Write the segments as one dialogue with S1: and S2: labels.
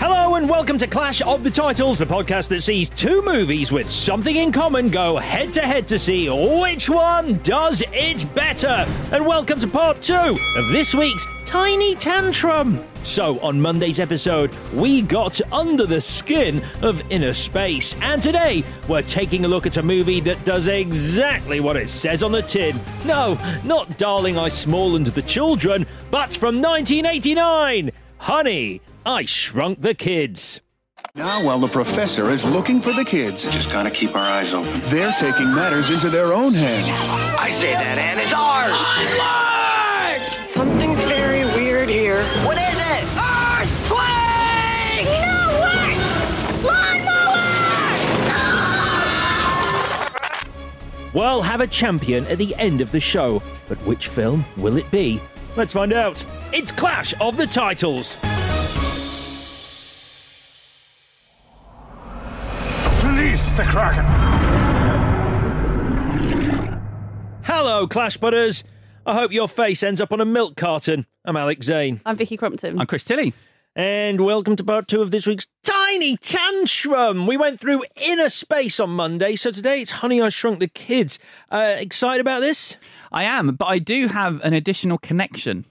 S1: Hello and welcome to Clash of the Titles, the podcast that sees two movies with something in common go head to head to see which one does it better. And welcome to part two of this week's Tiny Tantrum. So, on Monday's episode, we got under the skin of Inner Space, and today we're taking a look at a movie that does exactly what it says on the tin. No, not Darling, I Smallened the Children, but from 1989 Honey, I Shrunk the Kids.
S2: Now, while the professor is looking for the kids,
S3: Just gotta keep our eyes open.
S2: they're taking matters into their own hands.
S4: I say that and it's ours.
S5: Something's very weird here.
S4: What is it? Earthquake! No worse!
S1: Ah! We'll have a champion at the end of the show, but which film will it be? Let's find out. It's Clash of the Titles.
S6: Release the Kraken!
S1: Hello, Clash Butters. I hope your face ends up on a milk carton. I'm Alex Zane.
S7: I'm Vicky Crumpton.
S8: I'm Chris Tilly.
S1: And welcome to part two of this week's Tiny Tantrum. We went through Inner Space on Monday, so today it's Honey, I Shrunk the Kids. Uh, excited about this?
S8: I am, but I do have an additional connection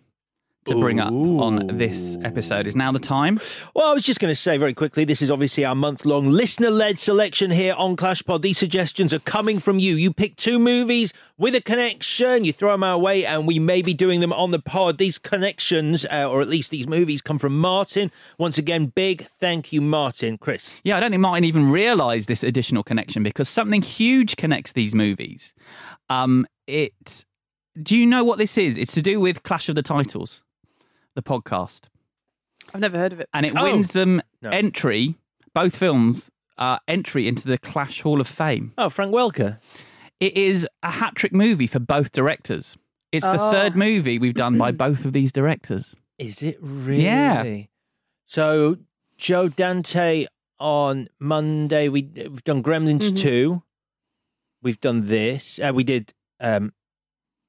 S8: to bring up on this episode. Is now the time?
S1: Well, I was just going to say very quickly this is obviously our month long listener led selection here on Clash Pod. These suggestions are coming from you. You pick two movies with a connection, you throw them our way, and we may be doing them on the pod. These connections, uh, or at least these movies, come from Martin. Once again, big thank you, Martin. Chris.
S8: Yeah, I don't think Martin even realised this additional connection because something huge connects these movies. Um, it. Do you know what this is? It's to do with Clash of the Titles, the podcast,
S7: I've never heard of it.
S8: and it
S1: Oh.
S8: wins them
S1: No.
S8: entry. Both films. Uh, entry into the Clash Hall of Fame.
S1: Oh, Frank Welker.
S8: It is a hat trick movie for both directors. It's the
S7: Oh. Mm.
S8: third movie we've done by both of these directors.
S1: Is it really?
S8: Yeah.
S1: So, Joe Dante on Monday, we, we've done Gremlins 2. We've done this. Uh, we did um,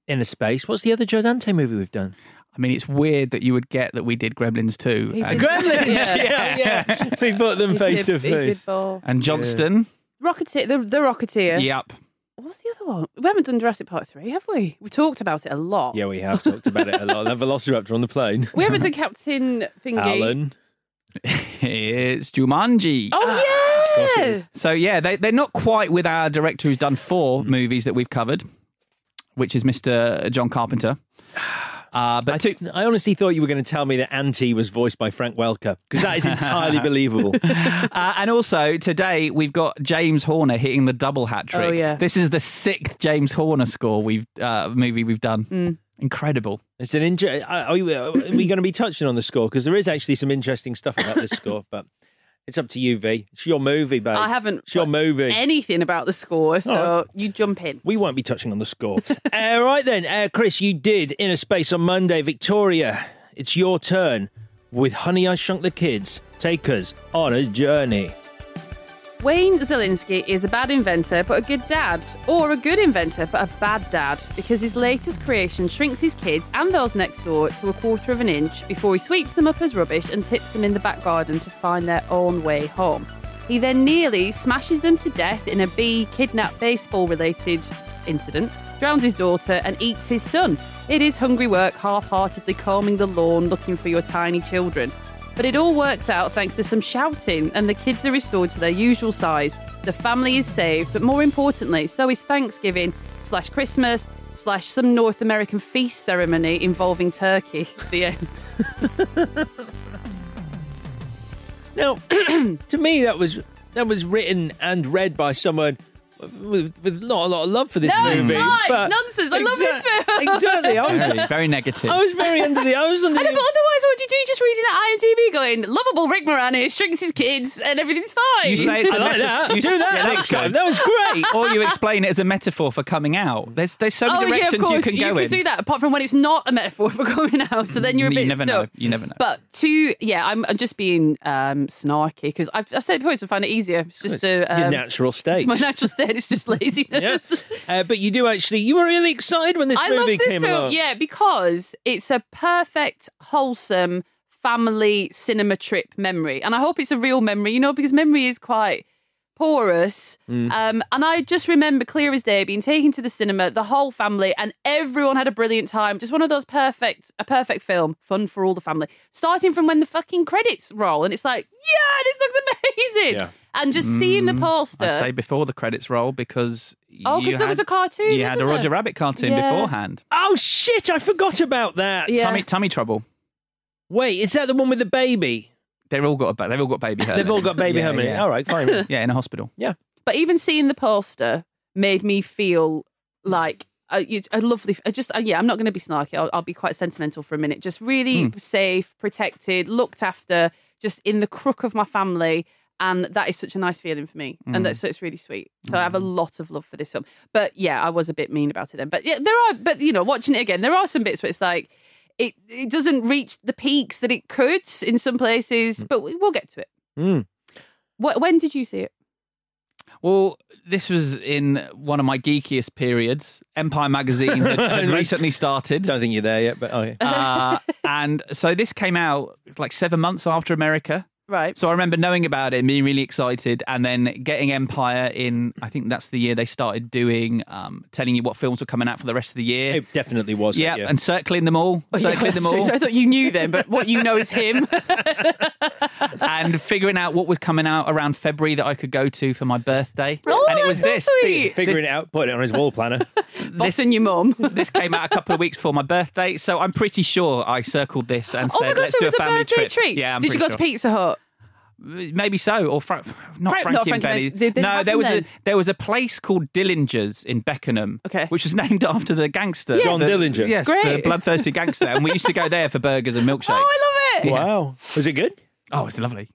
S1: Inner Space. What's the other Joe Dante movie we've done?
S8: I mean, it's weird that you would get that we did Gremlins too.
S7: He
S8: And,
S7: did. Gremlins!
S1: yeah,
S7: Yeah.
S1: yeah. We put them
S7: He
S1: face
S7: did-
S1: to
S7: he did
S1: face.
S7: ball.
S8: and Johnston.
S7: Rocketeer, the, the Rocketeer.
S8: Yep.
S7: What was the other one? We haven't done Jurassic Park 3, have we? We talked about it a lot.
S1: Yeah, we have talked about it a lot. That Velociraptor on the plane.
S7: We haven't done Captain Thingy.
S1: Alan.
S8: It's Jumanji.
S7: Oh,
S1: course it
S7: yeah.
S1: is.
S8: So, yeah, they, they're not quite with our director who's done four movies that we've covered, which is Mr. John Carpenter. Uh, but
S1: I,
S8: two,
S1: I honestly thought you were going to tell me that Auntie was voiced by Frank Welker because that is entirely believable.
S8: uh, and also today we've got James Horner hitting the double hat trick.
S7: Oh, yeah.
S8: This is the sixth James Horner score we've uh, movie we've done. Incredible.
S1: It's an inter- are, we, are we going to be touching on the score? Because there is actually some interesting stuff about this score, but it's up to you, V. It's your movie, babe.
S7: I haven't
S1: It's your
S7: put
S1: movie. Oh.
S7: anything about the score, so you jump in.
S1: we won't be touching on the score. uh, All right then, uh, Chris, you did Inner Space on Monday. Victoria, it's your turn. with Honey I Shrunk the Kids. Take us on a journey.
S7: Wayne Zelinsky is a bad inventor but a good dad, or a good inventor but a bad dad, because his latest creation shrinks his kids and those next door to a quarter of an inch before he sweeps them up as rubbish and tips them in the back garden to find their own way home. He then nearly smashes them to death in a bee kidnap baseball related incident, drowns his daughter, and eats his son. It is hungry work, half heartedly combing the lawn looking for your tiny children. But it all works out thanks to some shouting, and the kids are restored to their usual size. The family is saved, but more importantly, so is Thanksgiving slash Christmas slash some North American feast ceremony involving turkey. The end.
S1: Now, to me, that was that was written and read by someone with, with not a lot of love for this
S7: No, it's
S1: movie.
S7: not. It's
S1: but
S7: nonsense. I love this film.
S1: Exactly. I was,
S8: Very, very negative.
S1: I was very under the. I was
S7: I
S1: under.
S7: know, but
S1: the,
S7: otherwise, what do you do? You just reading at IMDb going, lovable Rick Moranis shrinks his kids and everything's fine.
S8: You say it's
S1: I
S8: a
S1: like
S8: metaphor.
S1: that.
S8: You
S1: Do that
S8: yeah,
S1: next
S8: that's
S1: time.
S8: good.
S1: That was great.
S8: or you explain it as a metaphor for coming out. There's there's so many
S7: oh, yeah, of
S8: directions
S7: course.
S8: you can go in.
S7: do that, apart from when it's not a metaphor for coming out. So then you're a
S8: You
S7: bit
S8: never know.
S7: stuck.
S8: You never know.
S7: But two, yeah, I'm, I'm just being um, snarky because I've, I've said it before, it's to find it easier. It's just a.
S1: Your
S7: Um,
S1: natural state.
S7: it's my natural state is just
S1: Yeah.
S7: laziness.
S1: Uh, but you do actually. You were really excited when this
S7: I
S1: movie
S7: love this
S1: came
S7: film,
S1: along.
S7: yeah, because it's a perfect, wholesome family cinema trip memory, and I hope it's a real memory. You know, because memory is quite porous.
S1: Mm.
S7: Um, and I just remember clear as day being taken to the cinema, the whole family, and everyone had a brilliant time. Just one of those perfect, a perfect film, fun for all the family. Starting from when the fucking credits roll, and it's like, yeah, this looks amazing.
S1: Yeah.
S7: And just seeing the poster,
S8: Mm. I'd say before the credits roll because
S7: Oh, 'cause
S8: you
S7: there
S8: had-
S7: was a cartoon,
S8: You had a
S7: wasn't
S8: Roger
S7: there?
S8: Rabbit cartoon
S7: Yeah.
S8: beforehand.
S1: Oh shit! I forgot about that.
S7: Yeah.
S8: Tummy tummy trouble.
S1: Wait, is that the one with the baby?
S8: They've all got a, ba- they've all got baby hair.
S1: They've all got baby
S8: yeah,
S1: hermit.
S8: Yeah.
S1: All right, fine.
S8: Yeah, in a hospital.
S1: yeah.
S7: But even seeing the poster made me feel like a, you- a lovely. I just uh, yeah, I'm not going to be snarky. I'll, I'll be quite sentimental for a minute. Just really safe, protected, looked after, just in the crook of my family. And that is such a nice feeling for me, and that's so it's really sweet. So I have a lot of love for this film. But yeah, I was a bit mean about it then. But yeah, there are. But you know, watching it again, there are some bits where it's like it it doesn't reach the peaks that it could in some places. But we, we'll get to it.
S1: Mm.
S7: What, when did you see it?
S8: Well, this was in one of my geekiest periods. Empire magazine had, had recently started.
S1: Don't think you're there yet, but oh, okay.
S8: Uh, and so this came out like seven months after America.
S7: Right.
S8: So I remember knowing about it, and being really excited, and then getting Empire in. I think that's the year they started doing, um, telling you what films were coming out for the rest of the year.
S1: it definitely was.
S8: yeah,
S1: yeah.
S8: and circling them all,
S7: Oh, Yeah,
S8: circling
S7: that's
S8: them
S7: true.
S8: all,
S7: So I thought you knew them, but what you know is him.
S8: and figuring out what was coming out around February that I could go to for my birthday.
S7: Oh,
S8: and it was
S7: that's
S8: this.
S7: so sweet.
S1: figuring it out, putting it on his wall planner.
S7: Boss and your mum.
S8: this came out a couple of weeks before my birthday, so I'm pretty sure I circled this and
S7: Oh
S8: said,
S7: my god,
S8: "Let's
S7: so it
S8: do
S7: was
S8: a
S7: a,
S8: family
S7: birthday
S8: trip."
S7: treat.
S8: Yeah, I'm
S7: Did you go
S8: pretty
S7: to
S8: sure.
S7: Pizza Hut?
S8: Maybe so, or Fra- not
S7: Fra-
S8: Frankie,
S7: not
S8: and
S7: Frankie
S8: Benny's.
S7: Benny's. They didn't
S8: no,
S7: have
S8: there
S7: them
S8: was
S7: then?
S8: a there was a place called Dillinger's in Beckenham,
S7: Okay.
S8: which was named after the gangster
S1: John
S8: the-
S1: Dillinger.
S8: Yes, the
S7: Great.
S8: bloodthirsty gangster, and we used to go there for burgers and milkshakes.
S7: Oh, I love it.
S1: Wow, was it good?
S8: Oh, it's lovely.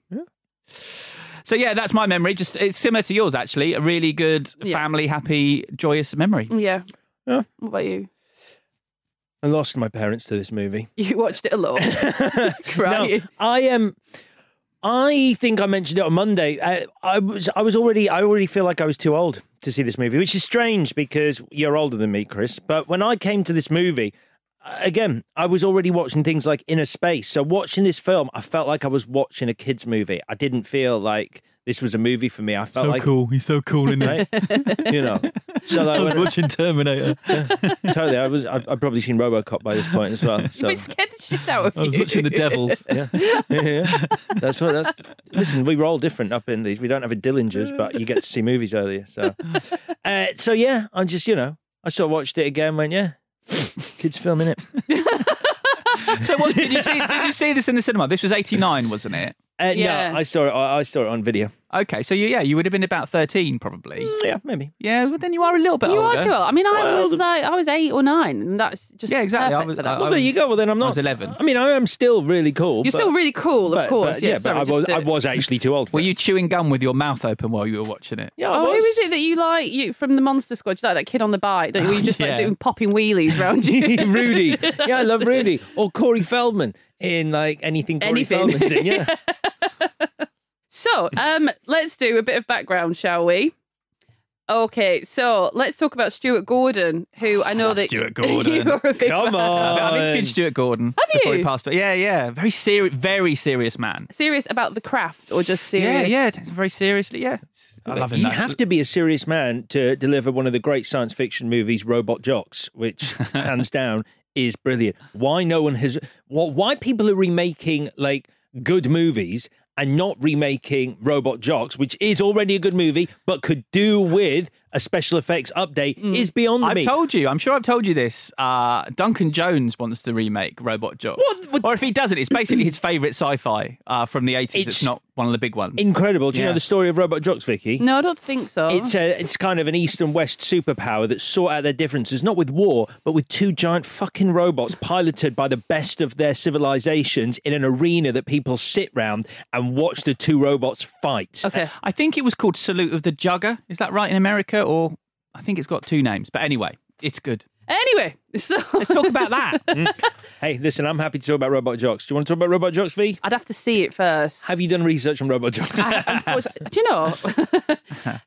S8: So yeah, that's my memory. Just it's similar to yours, actually. A really good
S7: Yeah.
S8: family, happy, joyous memory.
S7: Yeah.
S1: Yeah.
S7: What about you?
S1: I lost my parents to this movie.
S7: You watched it alone.
S1: No,
S7: Crying.
S1: I am. I think I mentioned it on Monday. I, I was I was already I already feel like I was too old to see this movie, which is strange because you're older than me, Chris. But when I came to this movie, uh, again, I was already watching things like Inner Space. So watching this film, I felt like I was watching a kids movie. I didn't feel like this was a movie for me. I felt like
S8: cool. He's so cool, isn't
S1: right? you know. So like, when-
S8: watching Terminator.
S1: totally, I was I I'd probably seen RoboCop by this point as well.
S7: You've
S1: So.
S7: been scared the shit out of you.
S8: Devils.
S1: Yeah. yeah, yeah. That's what that's. Listen, we were all different up in these. We don't have a Dillinger's, but you get to see movies earlier. So, uh, so yeah, I'm just you know, I sort of watched it again. Went yeah, kids filming it.
S8: so what did you see? Did you see this in the cinema? This was eighty nine, wasn't it?
S1: Uh,
S7: Yeah.
S1: No, I saw it. I, I saw it on video.
S8: Okay, so you, yeah, you would have been about thirteen probably.
S1: Yeah, maybe.
S8: Yeah, well, then you are a little bit
S7: you
S8: older.
S7: are too old. I mean, I was like, I was eight or nine, and that's just
S8: Yeah, exactly. I
S7: perfect
S8: was-
S7: for that.
S8: I-
S1: Well, there you go. Well, then I'm not.
S8: I was 11.
S1: I mean, I am still really cool.
S7: You're
S1: but-
S7: still really cool, of
S1: but-
S7: course.
S1: but-
S7: yeah,
S1: yeah,
S7: sorry,
S1: but I was,
S7: just
S1: I
S7: to-
S1: was actually too old for
S8: Were
S1: it.
S8: you chewing gum with your mouth open while you were watching it?
S1: Yeah, I
S7: Oh,
S1: was.
S7: who is it that you like? You from the monster squad? You like that kid on the bike? Don't you? Were you just
S8: Yeah.
S7: like doing popping wheelies round you?
S1: Rudy. Yeah, I love Rudy. Or Corey Feldman in like anything Corey
S7: Anything.
S1: Feldman's in. Yeah.
S7: So, um, let's do a bit of background, shall we? Okay, so let's talk about Stuart Gordon, who I know
S8: love
S7: that
S8: Stuart Gordon.
S7: you're a big
S1: Come
S7: fan.
S1: on.
S8: I've interviewed Stuart Gordon
S7: Have
S8: before he
S7: you?
S8: passed away. Yeah, yeah, very serious, very serious man.
S7: Serious about the craft or just serious?
S8: Yeah, yeah, takes it very seriously. Yeah, It's- I love him.
S1: You
S8: that.
S1: have to be a serious man to deliver one of the great science fiction movies, Robot Jocks, which hands down is brilliant. Why no one has? Well, why people are remaking like good movies and not remaking Robot Jocks, which is already a good movie but could do with a special effects update, is beyond
S8: Mm. I've
S1: me.
S8: told you. I'm sure I've told you this. Uh, Duncan Jones wants to remake Robot Jocks,
S1: What? What-
S8: or if he doesn't, it's basically his favourite sci-fi uh, from the 80s. It's,
S1: It's-
S8: not one of the big ones.
S1: Incredible. Do you
S8: Yeah.
S1: know the story of Robot Jocks, Vicky?
S7: No, I don't think so.
S1: It's a, it's kind of an East and West superpower that sort out their differences, not with war, but with two giant fucking robots piloted by the best of their civilizations in an arena that people sit round and watch the two robots fight.
S7: okay.
S8: I think it was called Salute of the Jugger. Is that right in America? Or I think it's got two names. But anyway, it's good.
S7: Anyway, so
S8: Let's talk about that.
S1: Mm. Hey, listen, I'm happy to talk about Robot Jocks. Do you want to talk about Robot Jocks, V?
S7: I'd have to see it first.
S1: Have you done research on Robot Jocks?
S7: Unfortunately- Do you know?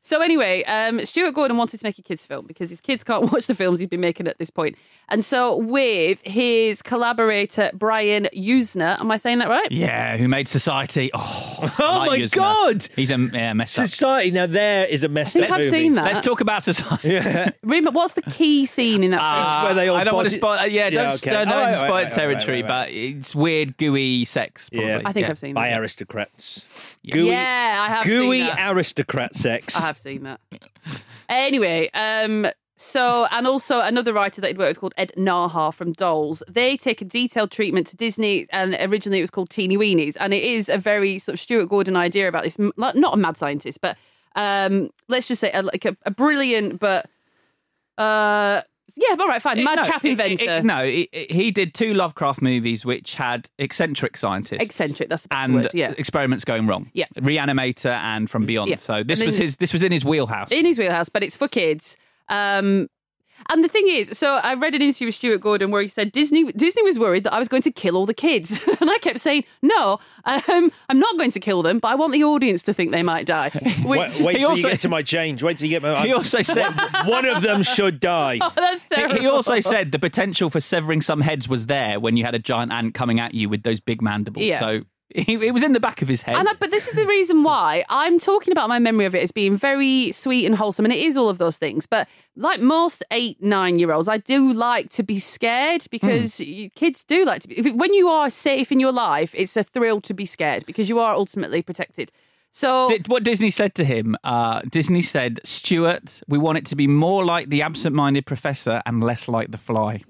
S7: so anyway, um, Stuart Gordon wanted to make a kids film because his kids can't watch the films he'd been making at this point, and so with his collaborator Brian Usner, am I saying that right?
S8: yeah, who made Society? Oh, I
S1: Oh
S8: like
S1: my
S8: Usner.
S1: God!
S8: he's a yeah, mess up.
S1: Society, now there is a messed
S7: I think
S1: up
S7: I've
S1: movie.
S7: seen that.
S8: Let's talk about Society.
S7: Remember, what's the key scene in that?
S8: Ah,
S7: film?
S1: where they all
S8: I don't want to
S1: body-
S8: spoil. Yeah, don't
S1: Yeah, okay.
S8: don't,
S1: All right,
S8: spoil
S1: all right, all right,
S8: territory,
S1: all right, all right.
S8: but it's weird, gooey sex. Probably.
S1: Yeah.
S7: I think I've seen
S1: By
S7: that.
S1: aristocrats. Gooey,
S7: yeah, I have
S1: gooey
S7: seen that.
S1: aristocrat sex.
S7: I have seen that. anyway, um, so and also another writer that he'd worked with called Ed Nahar from Dolls. They take a detailed treatment to Disney, and originally it was called Teeny Weenies, and it is a very sort of Stuart Gordon idea about this. m- like, Not a mad scientist, but um, let's just say a, like a, a brilliant, but uh, yeah, all right, fine,
S8: It- no,
S7: madcap
S8: it-
S7: inventor.
S8: it- it- no, it- it- he did two Lovecraft movies which had eccentric scientists.
S7: Eccentric, that's the best
S8: and
S7: word, yeah.
S8: experiments going wrong.
S7: Yeah. Mm,
S8: Reanimator and From Beyond.
S7: Yeah.
S8: So this
S7: And
S8: was
S7: then-
S8: his. This was in his wheelhouse.
S7: in his wheelhouse, but it's for kids. Um, and the thing is, so I read an interview with Stuart Gordon where he said Disney Disney was worried that I was going to kill all the kids, and I kept saying, "No, um, I'm not going to kill them, but I want the audience to think they might die." Which
S1: Wait, wait
S8: He
S1: till you
S8: also-
S1: get to my change. Wait till you get my.
S8: he also said.
S1: One of them should die.
S7: that's
S8: he-
S7: terrible.
S8: He also said the potential for severing some heads was there when you had a giant ant coming at you with those big mandibles.
S7: Yeah.
S8: So he, it was in the back of his head.
S7: And I, but this is the reason why I'm talking about my memory of it as being very sweet and wholesome, and it is all of those things. But like most eight, nine year olds, I do like to be scared because
S1: Hmm.
S7: you- kids do like to be. if- When you are safe in your life, it's a thrill to be scared because you are ultimately protected. So
S8: Di- what Disney said to him, uh, Disney said, Stuart, we want it to be more like the absent minded professor and less like the fly.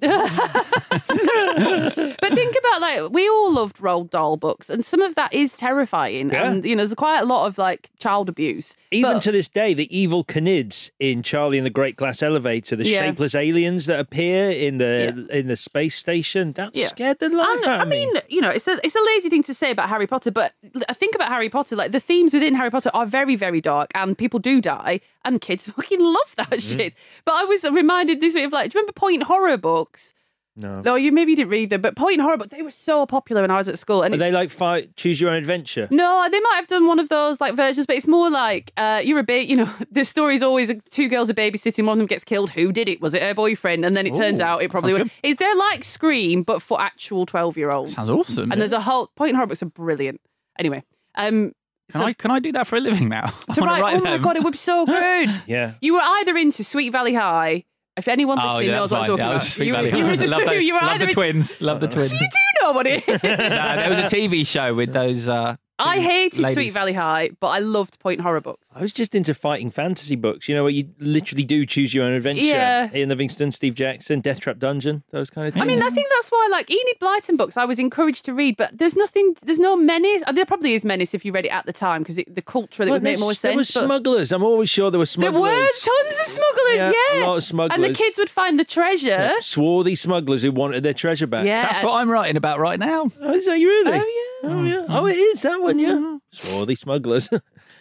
S7: But think about like we all loved Roald Dahl books, and some of that is terrifying.
S1: Yeah.
S7: And you know, there's quite a lot of like child abuse.
S1: Even
S7: But-
S1: to this day, the evil canids in Charlie and the Great Glass Elevator, the
S7: Yeah.
S1: shapeless aliens that appear in the in the space station, that
S7: Yeah.
S1: scared the life
S7: And,
S1: out
S7: I
S1: of me.
S7: mean, you know, it's a it's a lazy thing to say about Harry Potter, but I think about Harry Potter, like the themes within Harry Potter are very, very dark, and people do die, and kids fucking love that
S1: Mm-hmm.
S7: shit. But I was reminded this week of like, do you remember Point Horror books?
S1: no,
S7: No, you maybe didn't read them, but Point Horror books they were so popular when I was at school, and
S1: are
S7: it's
S1: they like fight, choose your own adventure?
S7: No, they might have done one of those like versions, but it's more like uh, you're a bit, you know, the story's always two girls are babysitting, one of them gets killed. Who did it? Was it her boyfriend? And then it turns
S8: Ooh,
S7: out it probably
S8: sounds
S7: was. It, they're like Scream, but for actual 12 year olds.
S8: Sounds awesome.
S7: And there's a whole point and horror books are brilliant. Anyway, um,
S8: Can,
S7: so-
S8: I, can I do that for a living now? I
S7: so
S8: wanna
S7: right,
S8: write
S7: oh my
S8: them.
S7: God, it would be so good.
S1: Yeah.
S7: You were either into Sweet Valley High. If anyone
S8: Oh,
S7: listening
S8: yeah,
S7: knows
S8: that's
S7: what I'm talking
S8: fine. Yeah, I
S7: about,
S8: was Sweet
S7: you,
S8: Valley
S7: were- you
S8: High.
S7: were into
S8: love,
S7: Sweet-
S8: the,
S7: you were
S8: love
S7: either
S8: the
S7: into-
S8: twins. Love the twins.
S7: You do know what it is.
S8: no, there was a TV show with those uh,
S7: I hated
S1: Ladies.
S7: Sweet Valley High, but I loved Point Horror books.
S1: I was just into fighting fantasy books, you know, where you literally do choose your own adventure.
S7: Yeah.
S1: Ian Livingston, Steve Jackson, Death Trap Dungeon, those kind of things.
S7: I mean, I think that's why, like Enid Blyton books, I was encouraged to read, but there's nothing, there's no menace. uh, There probably is menace if you read it at the time because the culture that
S1: Well,
S7: would make
S1: there's-
S7: more
S1: There were
S7: sense. but
S1: smugglers. I'm always sure there were
S7: there
S1: smugglers.
S7: were tons of smugglers,
S1: Yeah,
S7: yeah,
S1: a lot of smugglers.
S7: and the kids would find the treasure.
S1: Yeah, swarthy smugglers who wanted their treasure back.
S7: Yeah.
S8: That's what I'm writing about right now.
S1: Oh, is that you really?
S7: Oh yeah.
S1: Oh, yeah. Oh, it is that one, yeah. Swarthy smugglers.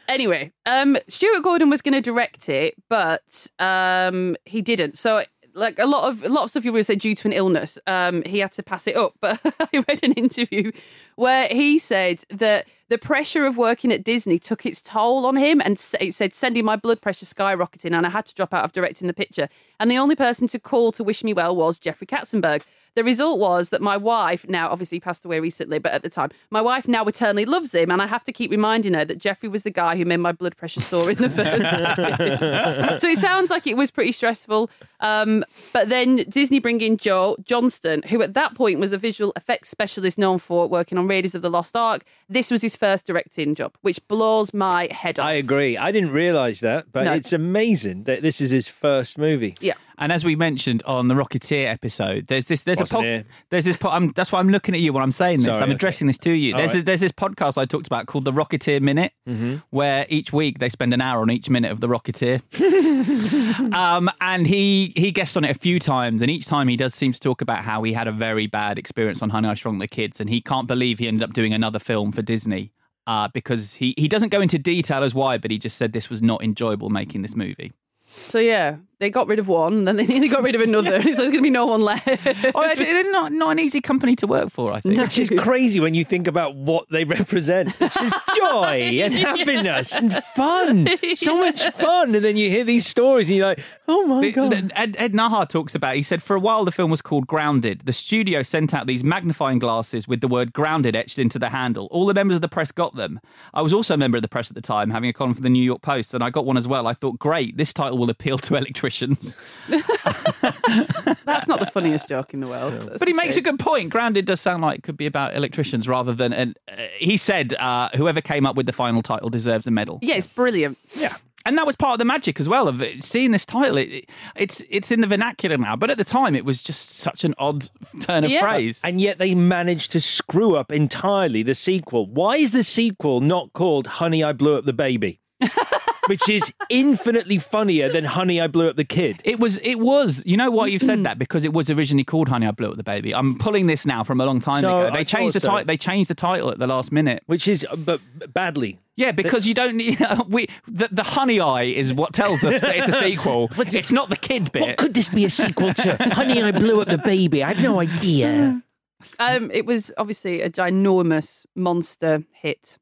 S7: Anyway, um, Stuart Gordon was going to direct it, but um, he didn't. So, like a lot of a lot of stuff you would say due to an illness, um, he had to pass it up. But I read an interview where he said that the pressure of working at Disney took its toll on him, and s- it said sending my blood pressure skyrocketing, and I had to drop out of directing the picture. And the only person to call to wish me well was Jeffrey Katzenberg. The result was that my wife, now obviously passed away recently, but at the time, my wife now eternally loves him, and I have to keep reminding her that Jeffrey was the guy who made my blood pressure soar in the first place. so it sounds like it was pretty stressful. Um, but then Disney bring in Joe Johnston, who at that point was a visual effects specialist known for working on Raiders of the Lost Ark. This was his first directing job, which blows my head off.
S1: I agree. I didn't realise that, but
S7: No.
S1: it's amazing that this is his first movie.
S7: yeah.
S8: And as we mentioned on the Rocketeer episode, there's this there's
S1: Wasn't
S8: a
S1: here.
S8: pod, there's this pod, I'm, that's why I'm looking at you when I'm saying this.
S1: Sorry,
S8: I'm
S1: okay.
S8: addressing this to you.
S1: All
S8: There's
S1: right. Mm-hmm.
S8: this, there's this podcast I talked about called the Rocketeer Minute, where each week they spend an hour on each minute of the Rocketeer. um, and he he guests on it a few times, and each time he does seems to talk about how he had a very bad experience on Honey I Shrunk the Kids, and he can't believe he ended up doing another film for Disney. Uh, because he, he doesn't go into detail as why, but he just said this was not enjoyable making this movie.
S7: So yeah, they got rid of one, then they nearly got rid of another. so there's going to be no one left.
S8: Oh, it- it's not not an easy company to work for. I think.
S1: Which is crazy when you think about what they represent, which is joy and happiness and fun. So much fun. And then you hear these stories and you're like, oh my
S8: The-
S1: God.
S8: the- Ed, Ed Nahar talks about. He said for a while the film was called Grounded. The studio sent out these magnifying glasses with the word "grounded" etched into the handle. All the members of the press got them. I was also a member of the press at the time, having a column for the New York Post, and I got one as well. I thought, great, this title will appeal to electricians.
S7: That's not the funniest joke in the world. That's
S8: But he
S7: a
S8: makes a
S7: shame.
S8: good point. Grounded does sound like it could be about electricians rather than. And uh, he said, uh, whoever came up with the final title deserves a medal.
S7: Yeah, it's brilliant.
S1: Yeah.
S8: and that was part of the magic as well of it- seeing this title. It, it- it's it's in the vernacular now, but at the time it was just such an odd turn of
S7: Yeah.
S8: phrase.
S1: And yet they managed to screw up entirely the sequel. Why is the sequel not called Honey, I Blew Up the Baby? Which is infinitely funnier than Honey, I Blew Up the Kid.
S8: It was it was you know why you've said that because it was originally called Honey I Blew Up the Baby. I'm pulling this now from a long time
S1: So,
S8: ago. They
S1: I
S8: changed the
S1: thought
S8: title.
S1: so.
S8: They changed the title at the last minute.
S1: Which is, uh, but badly.
S8: Yeah, because you don't need we the, the honey eye is what tells us that it's a sequel. it's not the kid bit.
S1: What could this be a sequel to? Honey, I blew up the baby. I have no idea.
S7: Um, it was obviously a ginormous monster hit.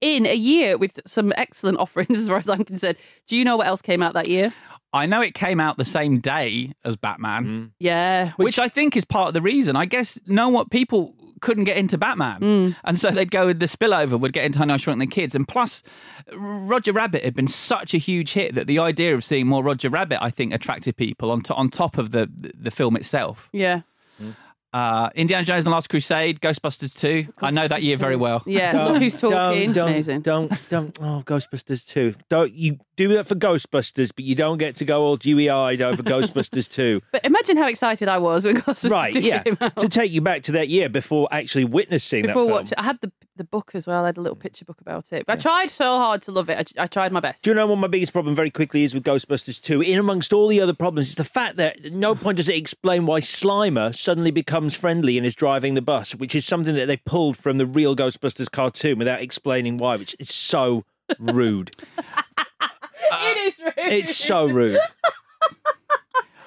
S7: In a year with some excellent offerings, as far as I'm concerned. Do you know what else came out that year?
S8: I know it came out the same day as Batman.
S1: Mm.
S7: Yeah.
S8: which, I think is part of the reason. I guess no what people couldn't get into Batman, and so they'd go with the spillover would get into Honey I Shrunk the Kids, and plus R- Roger Rabbit had been such a huge hit that the idea of seeing more Roger Rabbit I think attracted people on to on top of the the, the film itself.
S7: Yeah.
S8: Uh, Indiana Jones and the Last Crusade, Ghostbusters two, I know that year very well.
S7: Yeah. Look who's talking.
S1: Don't,
S7: Amazing.
S1: don't, don't. Oh, Ghostbusters 2. Don't, you do that for Ghostbusters, but you don't get to go all dewy eyed over Ghostbusters 2.
S7: But imagine how excited I was when Ghostbusters
S1: Right,
S7: 2
S1: yeah.
S7: came out.
S1: To take you back to that year before actually witnessing
S7: Before
S1: that film.
S7: watch, I had the the book as well. I had a little picture book about it. But I tried so hard to love it. I, I tried my best.
S1: Do you know what my biggest problem very quickly is with Ghostbusters 2? In amongst all the other problems, it's the fact that at no point does it explain why Slimer suddenly becomes friendly and is driving the bus, which is something that they've pulled from the real Ghostbusters cartoon without explaining why, which is so rude.
S7: it is rude.
S1: it's so rude.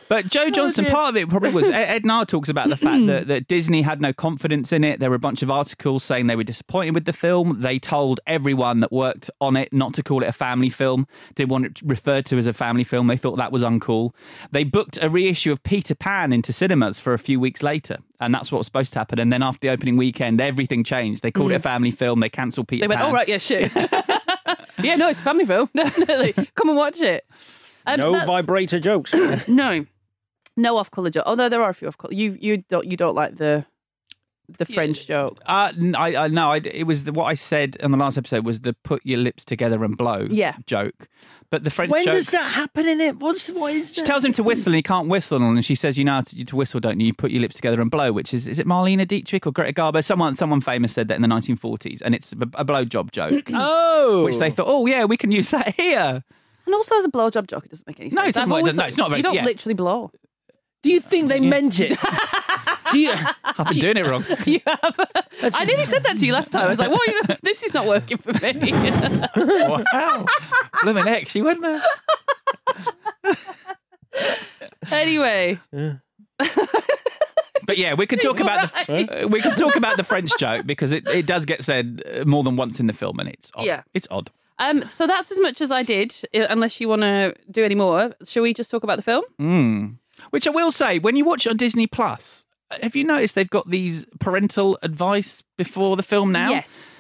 S8: But Joe Johnson,
S7: Oh, dear. Hmm.
S8: part of it probably was Ed- Ed Nahr talks about the fact that, that Disney had no confidence in it. There were a bunch of articles saying they were disappointed with the film. They told everyone that worked on it not to call it a family film. They want it referred to as a family film. They thought that was uncool. They booked a reissue of Peter Pan into cinemas for a few weeks later, and that's what was supposed to happen. And then after the opening weekend, everything changed. They called it a family film. They cancelled Peter
S7: Mm. They went,
S8: Pan.
S7: oh, right, yeah, shit. yeah, no, it's a family film. Definitely. Come and watch it. Um,
S1: no
S7: that's-
S1: vibrator jokes.
S7: No. No off colour joke. Although there are a few off colour. You you don't you don't like the the French joke?
S8: Uh, n- I, I no, I, it was the, what I said on the last episode was the put your lips together and blow
S7: Yeah.
S8: joke. But the French
S1: when
S8: joke
S1: does that happen in it? What's what is
S8: she
S1: that?
S8: tells him to whistle and he can't whistle, and she says, "You know how to, to whistle, don't you? You put your lips together and blow." Which is is it Marlena Dietrich or Greta Garbo? Someone someone famous said that in the 1940s, and it's a, a blowjob joke. Uh,
S9: Oh,
S8: which they thought, "Oh yeah, we can use that here."
S7: And also, as a blowjob joke, it doesn't make any
S8: No,
S7: sense.
S8: it doesn't
S7: I've
S8: work,
S7: always
S8: doesn't it?
S7: thought,
S8: No, it's not very-
S7: You don't
S8: yeah.
S7: literally blow.
S1: Do you think they meant it? Do you?
S8: I've been doing it wrong.
S7: You have. I nearly said that to you last time. I was like, "What? Are you, this is not working for me."
S8: wow, Blooming heck, she wouldn't have.
S7: anyway,
S8: But yeah, we can talk about the uh, we can talk about the French joke because it, it does get said uh, more than once in the film, and it's odd.
S7: Yeah.
S8: it's odd.
S7: um, so that's as much as I did. i- Unless you want to do any more, shall we just talk about the film?
S8: Mm. Which I will say, when you watch it on Disney Plus, have you noticed they've got these parental advice before the film now?
S7: Yes.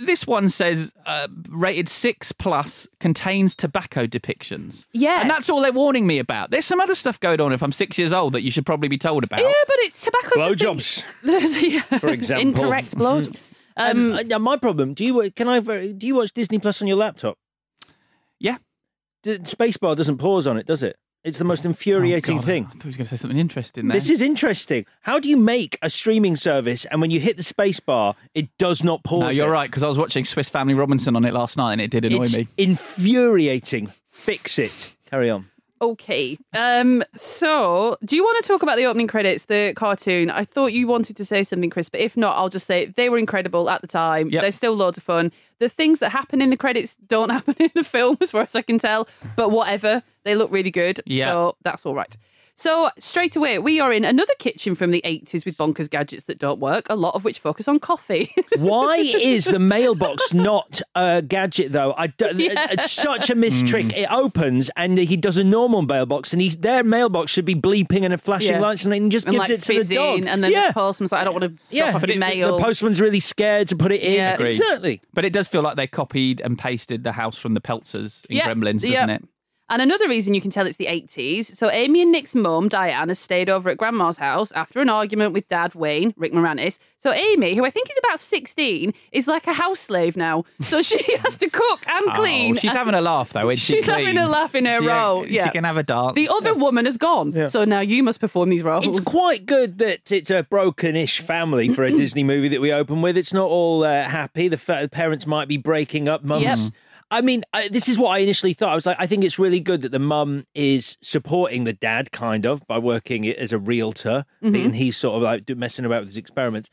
S8: This one says uh, rated six plus contains tobacco depictions.
S7: Yes.
S8: And that's all they're warning me about. There's some other stuff going on if I'm six years old that you should probably be told about.
S7: Yeah, but it's tobacco's the thing-
S9: Blowjobs.
S7: There's, yeah,
S9: For example.
S7: incorrect blow.
S1: Um,
S7: Um,
S1: uh, yeah, my problem. Do you can I ver- do you watch Disney Plus on your laptop?
S8: Yeah.
S1: The spacebar doesn't pause on it, does it? It's the most infuriating
S8: Oh, God,
S1: thing.
S8: I thought he was going to say something interesting there.
S1: This is interesting. How do you make a streaming service and when you hit the spacebar, it does not pause?
S8: No, you're
S1: it?
S8: right, because I was watching Swiss Family Robinson on it last night and it did annoy
S1: It's
S8: me.
S1: infuriating. Fix it. Carry on.
S7: okay. Um, so, do you want to talk about the opening credits, the cartoon? I thought you wanted to say something, Chris, but if not, I'll just say they were incredible at the time.
S8: Yep.
S7: They're still loads of fun. The things that happen in the credits don't happen in the film, as far as I can tell. But whatever, they look really good.
S8: Yeah.
S7: So that's all right. So straight away, we are in another kitchen from the 80s with bonkers gadgets that don't work, a lot of which focus on coffee.
S1: Why is the mailbox not a gadget though? I don't, It's such a missed trick.
S7: Mm.
S1: It opens and he does a normal mailbox, and he, their mailbox should be bleeping and a flashing
S7: Yeah.
S1: lights, and he just
S7: and
S1: gives
S7: like
S1: it to the
S7: fizzing,
S1: dog.
S7: and then
S1: yeah,
S7: the postman's like, I don't want to
S1: yeah.
S7: drop off
S1: But
S7: your
S1: it- the-
S7: mail.
S1: The postman's really scared to put it in.
S7: Yeah.
S8: Agreed.
S1: Exactly.
S8: But it does feel like they copied and pasted the house from the Peltzers in
S7: Yeah,
S8: Gremlins, doesn't
S7: yeah.
S8: it?
S7: and another reason you can tell it's the 80s. So Amy and Nick's mum, Diane, has stayed over at Grandma's house after an argument with Dad Wayne, Rick Moranis. So Amy, who I think is about 16, is like a house slave now. So she has to cook and clean.
S8: Oh, she's having a laugh though. When she
S7: She's having
S8: cleans.
S7: a laugh in her
S8: She-
S7: role, yeah.
S8: she can have a dance.
S7: the other woman has gone. So now you must perform these roles.
S1: It's quite good that it's a broken-ish family for a Disney movie that we open with. It's not all uh, happy. The fa- parents might be breaking up. Mums.
S7: Yep.
S1: I mean, I, this is what I initially thought. I was like, I think it's really good that the mum is supporting the dad, kind of, by working it as a realtor,
S7: Mm-hmm.
S1: and he's sort of like do- messing about with his experiments.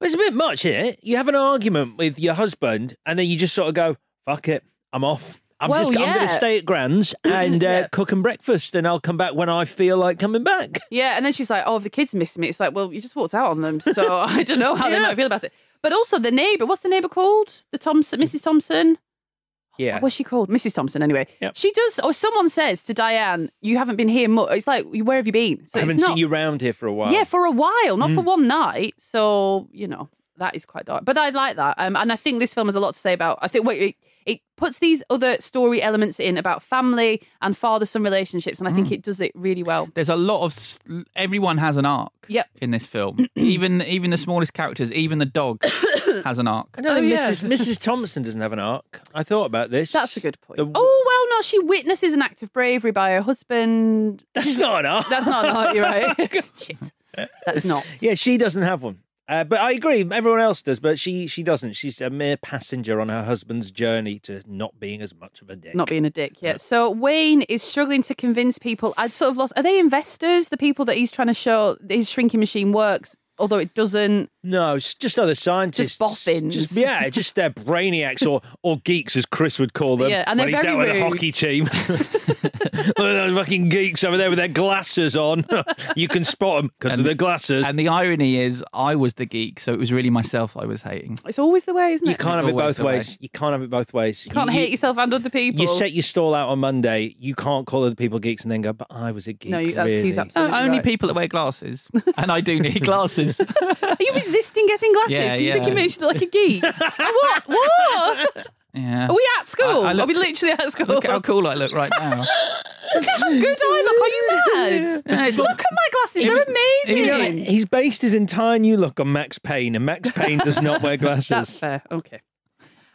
S1: But it's a bit much, is it? You have an argument with your husband, and then you just sort of go, "Fuck it, I'm off." I'm
S7: Well,
S1: just, I'm
S7: yeah.
S1: going to stay at Grand's and uh,
S7: Yeah.
S1: cooking breakfast, and I'll come back when I feel like coming back.
S7: Yeah, and then she's like, "Oh, the kids miss me." It's like, well, you just walked out on them, so I don't know how they
S1: Yeah.
S7: might feel about it. But also the neighbor, what's the neighbor called? The Thompson, Mrs. Thompson.
S1: Yeah.
S7: What's she called? Mrs. Thompson. Anyway,
S1: Yep.
S7: she does, or someone says to Diane, "You haven't been here much." It's like, where have you been? So
S1: I haven't
S7: it's
S1: seen
S7: not,
S1: you round here for a while. Mm.
S7: Yeah, for a while, not for one night. So you know that is quite dark. But I like that, um, and I think this film has a lot to say about. I think wait, it, it puts these other story elements in about family and father-son relationships, and I
S1: Mm.
S7: think it does it really well.
S8: There's a lot of s- everyone has an arc.
S7: Yep.
S8: In this film, even even the smallest characters, even the dog has an arc.
S1: I don't think
S7: Oh, yeah.
S1: Mrs. Mrs. Thompson doesn't have an arc. I thought about this.
S7: That's a good point.
S1: The-
S7: oh well, no, she witnesses an act of bravery by her husband.
S1: That's not an arc.
S7: That's not an art, you're right. Shit, that's not.
S1: yeah, she doesn't have one. Uh, but I agree, everyone else does, but she she doesn't. She's a mere passenger on her husband's journey to not being as much of a dick.
S7: Not being a dick yet. So Wayne is struggling to convince people. I'd sort of lost. Are they investors? The people that he's trying to show that his shrinking machine works, although it doesn't.
S1: no, it's just other scientists,
S7: boffins.
S1: Just yeah, just they're brainiacs or or geeks, as Chris would call them.
S7: Yeah, and
S1: when
S7: they're
S1: he's
S7: very
S1: out with a
S7: rude.
S1: hockey team. Look at those fucking geeks over there with their glasses on. you can spot them because of
S8: And-
S1: their glasses.
S8: And the irony is, I was the geek, so it was really myself I was hating.
S7: It's always the way, isn't
S1: You
S7: it?
S1: can't have it
S8: Always
S1: both
S8: the way.
S1: ways. You can't have it both ways.
S7: You can't
S1: you,
S7: hate yourself and other people.
S1: You set your stall out on Monday. You can't call other people geeks and then go, "But I was a geek."
S7: No, you- that's- he's
S1: really."
S7: absolutely- Absolutely
S8: only
S7: Oh, right.
S8: people that wear glasses, and I do need glasses.
S7: Are you resisting getting glasses?
S8: Yeah,
S7: Because you think
S8: yeah.
S7: it makes you look like a geek. what? What?
S8: Yeah.
S7: Are we at school?
S8: I- I
S7: Are we
S8: look-
S7: literally at school?
S8: Look at how cool I look right now.
S7: Look at how good I look. Are you mad?
S8: No, it's-
S7: look at my glasses. They're
S1: You know,
S7: amazing.
S1: he's based his entire new look on Max Payne, and Max Payne does not wear glasses.
S7: That's fair. Okay.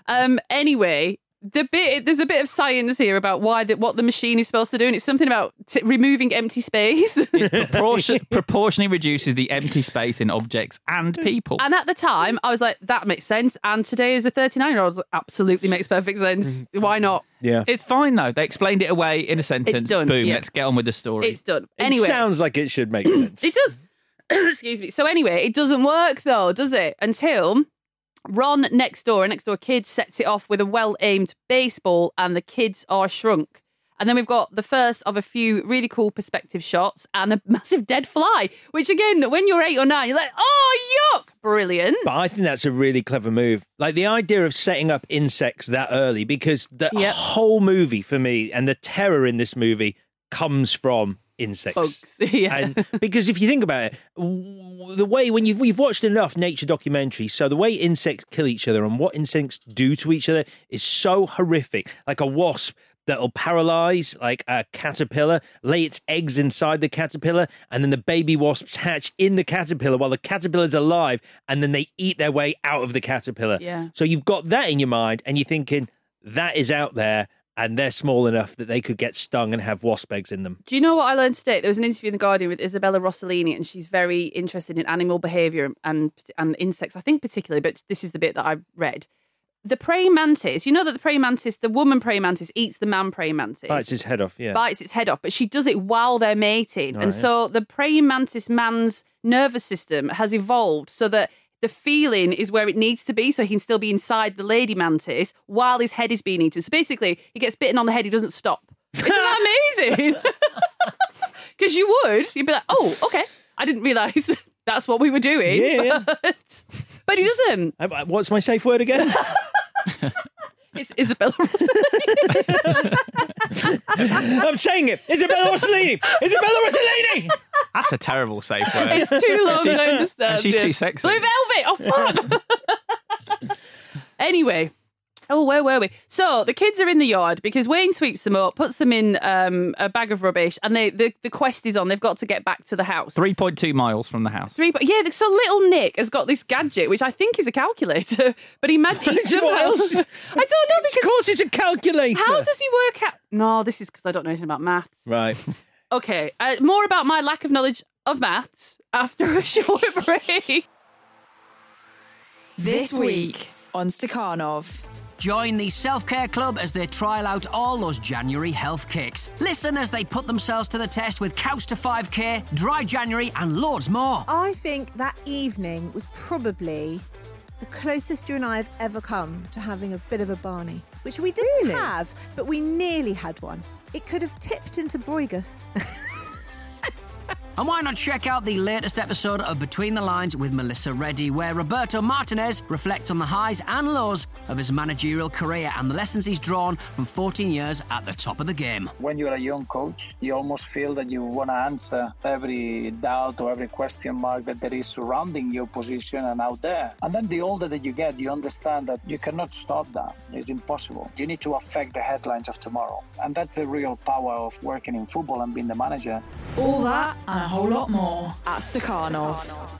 S7: Um. Anyway, the bit there's a bit of science here about why the, what the machine is supposed to do, and it's something about t- removing empty space.
S8: Proportion, proportionally reduces the empty space in objects and people.
S7: and at the time, I was like, "That makes sense." And today, as a 39 year old, absolutely makes perfect sense.
S1: Mm-hmm.
S7: Why not?
S1: yeah.
S8: It's fine though. They explained it away in a sentence.
S7: done,
S8: Boom.
S7: yeah.
S8: Let's get on with the story.
S7: It's done.
S1: It
S7: Anyway,
S1: sounds like it should make sense.
S7: It does. Excuse me. So anyway, it doesn't work though, does it? Until Ron next door, a next door kid, sets it off with a well aimed baseball, and the kids are shrunk. And then we've got the first of a few really cool perspective shots and a massive dead fly, which again, when you're eight or nine, you're like, oh, yuck! Brilliant.
S1: But I think that's a really clever move. Like the idea of setting up insects that early, because the
S7: Yep.
S1: whole movie for me and the terror in this movie comes from insects.
S7: Bugs. yeah.
S1: And because if you think about it, w- the way when you've we've watched enough nature documentaries, so the way insects kill each other and what insects do to each other is so horrific. Like a wasp that'll paralyze, like a caterpillar, lay its eggs inside the caterpillar, and then the baby wasps hatch in the caterpillar while the caterpillar's alive, and then they eat their way out of the caterpillar.
S7: Yeah.
S1: So you've got that in your mind, and you're thinking that is out there. And they're small enough that they could get stung and have wasp eggs in them.
S7: Do you know what I learned today? There was an interview in The Guardian with Isabella Rossellini, and she's very interested in animal behaviour and, and insects, I think particularly, but this is the bit that I read. The praying mantis, you know that the praying mantis, the woman praying mantis eats the man praying mantis,
S1: Bites his head off, yeah.
S7: bites its head off, but she does it while they're mating. and
S1: Right.
S7: so the praying mantis man's nervous system has evolved so that the feeling is where it needs to be so he can still be inside the lady mantis while his head is being eaten. So basically, he gets bitten on the head, he doesn't stop. Isn't that amazing? Because you would, you'd be like, oh, okay, I didn't realise that's what we were doing.
S1: Yeah.
S7: But, but he doesn't.
S1: Uh, uh, What's my safe word again?
S7: It's Isabella Rossellini.
S1: I'm saying it. Isabella Rossellini. Isabella Rossellini.
S8: That's a terrible safe word.
S7: It's too long,
S8: She's-
S7: I understand.
S8: and she's
S7: yeah.
S8: too sexy.
S7: Blue velvet. Oh fuck. anyway. Oh, where were we? So the kids are in the yard because Wayne sweeps them up, puts them in um, a bag of rubbish, and they, the the quest is on. They've got to get back to the house.
S8: Three point two miles from the house.
S7: Three, but yeah. So little Nick has got this gadget, which I think is a calculator, but he man- he
S1: What else
S7: somehow.
S1: is-
S7: I don't know
S1: Of
S7: Oh, because
S1: course, it's a calculator.
S7: how does he work out? No, this is because I don't know anything about maths.
S1: Right.
S7: Okay, uh, more about my lack of knowledge of maths after a short break.
S10: This week on Stakhanov.
S11: Join the Self Care Club as they trial out all those January health kicks. Listen as they put themselves to the test with Couch to 5K, Dry January, and loads more.
S12: I think that evening was probably the closest you and I have ever come to having a bit of a Barney, which we didn't have, but we nearly had one. It could have tipped into Bruigus.
S11: And why not check out the latest episode of Between the Lines with Melissa Reddy, where Roberto Martinez reflects on the highs and lows of his managerial career and the lessons he's drawn from 14 years at the top of the game.
S13: when you're a young coach, you almost feel that you want to answer every doubt or every question mark that there is surrounding your position and out there. And then the older that you get, you understand that you cannot stop that. It's impossible. You need to affect the headlines of tomorrow. And that's the real power of working in football and being the manager.
S10: All that and a whole lot more at Stakhanov.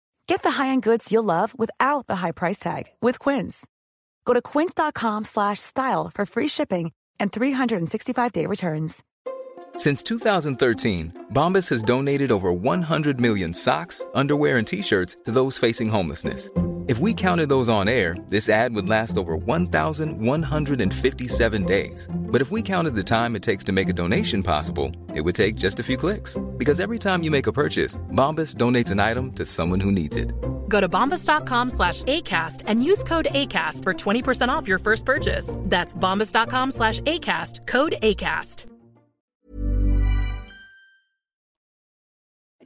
S14: Get the high-end goods you'll love without the high price tag with Quince. Go to quince.com/style for free shipping and 365-day returns.
S15: Since 2013, Bombas has donated over 100 million socks, underwear, and t-shirts to those facing homelessness. If we counted those on air, this ad would last over 1,157 days. But if we counted the time it takes to make a donation possible, it would take just a few clicks. Because every time you make a purchase, Bombas donates an item to someone who needs it.
S16: Go to bombas.com slash ACAST and use code ACAST for 20% off your first purchase. That's bombas.com slash ACAST, code ACAST.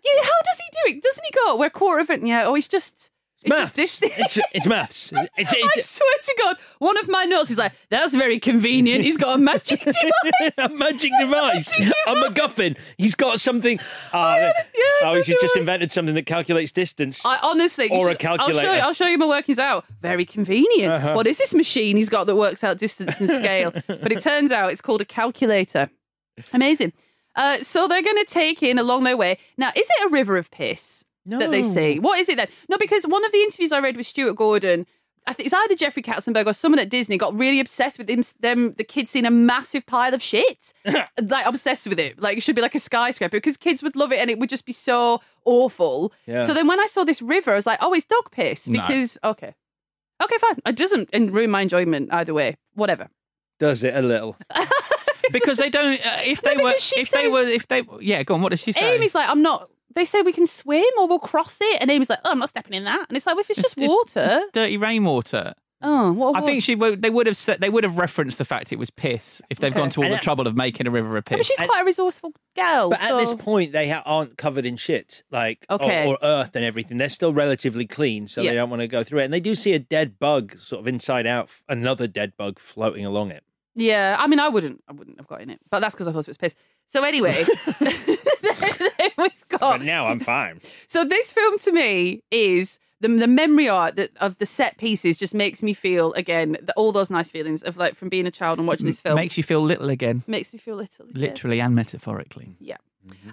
S7: Yeah, how does he do it? Doesn't he go, we're quarter of it? And yeah, oh, he's just... It's
S1: maths.
S7: just this
S1: It's, it's maths. It's,
S7: I
S1: it's-
S7: swear to God, one of my notes is like, that's very convenient. He's got a magic device.
S1: a magic device, a MacGuffin. He's got something. Oh, oh, he's
S7: that's
S1: just
S7: right.
S1: invented something that calculates distance.
S7: I honestly, you
S1: Or a
S7: should- I'll show, you,
S1: calculator.
S7: I'll show you my workings out. Very convenient.
S1: Uh-huh.
S7: What is this machine he's got that works out distance and scale? but it turns out it's called a calculator. Amazing. Uh, so they're going to take in along their way. Now, is it a river of piss that they
S1: No.
S7: see? What is it then? No, because one of the interviews I read with Stuart Gordon. I think it's either Jeffrey Katzenberg or someone at Disney got really obsessed with him, them, the kids seeing a massive pile of shit. like, obsessed with it. Like, it should be like a skyscraper because kids would love it and it would just be so awful.
S1: Yeah.
S7: So then when I saw this river, I was like, oh, it's dog piss
S8: No.
S7: because, okay. Okay, fine. It doesn't en- ruin my enjoyment either way. Whatever.
S1: Does it a little?
S8: because they don't. Uh, if they were, if
S7: because she
S8: they
S7: says-
S8: were, if they, yeah, go on. What does she say?
S7: Amy's like, I'm not. They say we can swim or we'll cross it. And Amy's like, oh, I'm not stepping in that. And it's like, well, if it's just water.
S8: dirty rainwater.
S7: Oh, what a
S8: I think
S7: wash.
S8: she would- they would have said they would have referenced the fact it was piss if they've gone to all
S1: And
S8: the
S1: that-
S8: trouble of making a river of
S7: Yeah,
S8: piss.
S7: but she's quite a resourceful girl.
S1: But at
S7: so-
S1: this point, they ha- aren't covered in shit, like or-
S7: Okay.
S1: or, earth and everything. They're still relatively clean, so
S7: Yeah.
S1: they don't want to go through it. And they do see a dead bug, sort of inside out, f- another dead bug floating along it.
S7: Yeah, I mean, I wouldn't, I wouldn't have got in it, but that's because I thought it was piss. So anyway, then, then we've got.
S1: But now I'm fine.
S7: So this film to me is the the memory art that, of the set pieces just makes me feel again the, all those nice feelings of like from being a child and watching this film
S8: Makes you feel little again,
S7: Makes me feel little. yeah.
S8: literally and metaphorically.
S7: Yeah.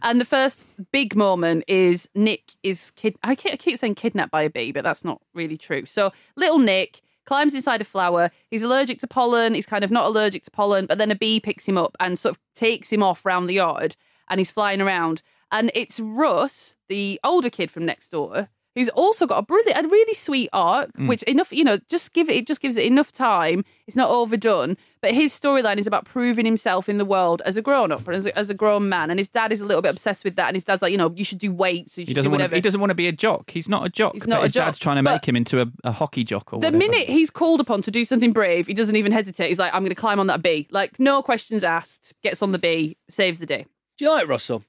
S7: And the first big moment is Nick is kid. I keep, I keep saying kidnapped by a bee, but that's not really true. So little Nick climbs inside a flower. He's allergic to pollen. He's kind of not allergic to pollen, but then a bee picks him up and sort of takes him off round the yard, and he's flying around. And it's Russ, the older kid from next door, who's also got a brilliant, a really sweet arc.
S8: Hmm.
S7: Which enough, you know, just give it. It just gives it enough time. It's not overdone. But his storyline is about proving himself in the world as a grown up and as a, as a grown man. And his dad is a little bit obsessed with that. And his dad's like, you know, you should do weights. So you should
S8: He doesn't
S7: do
S8: want
S7: whatever.
S8: to. He doesn't want to be a jock. He's not a jock.
S7: He's not
S8: but
S7: a
S8: his
S7: jock,
S8: dad's trying to
S7: but-
S8: make him into a, a hockey jock or
S7: the
S8: whatever.
S7: minute he's called upon to do something brave, he doesn't even hesitate. He's like, I'm going to climb on that bee. Like, no questions asked. Gets on the bee, saves the day.
S1: Do you like Russell?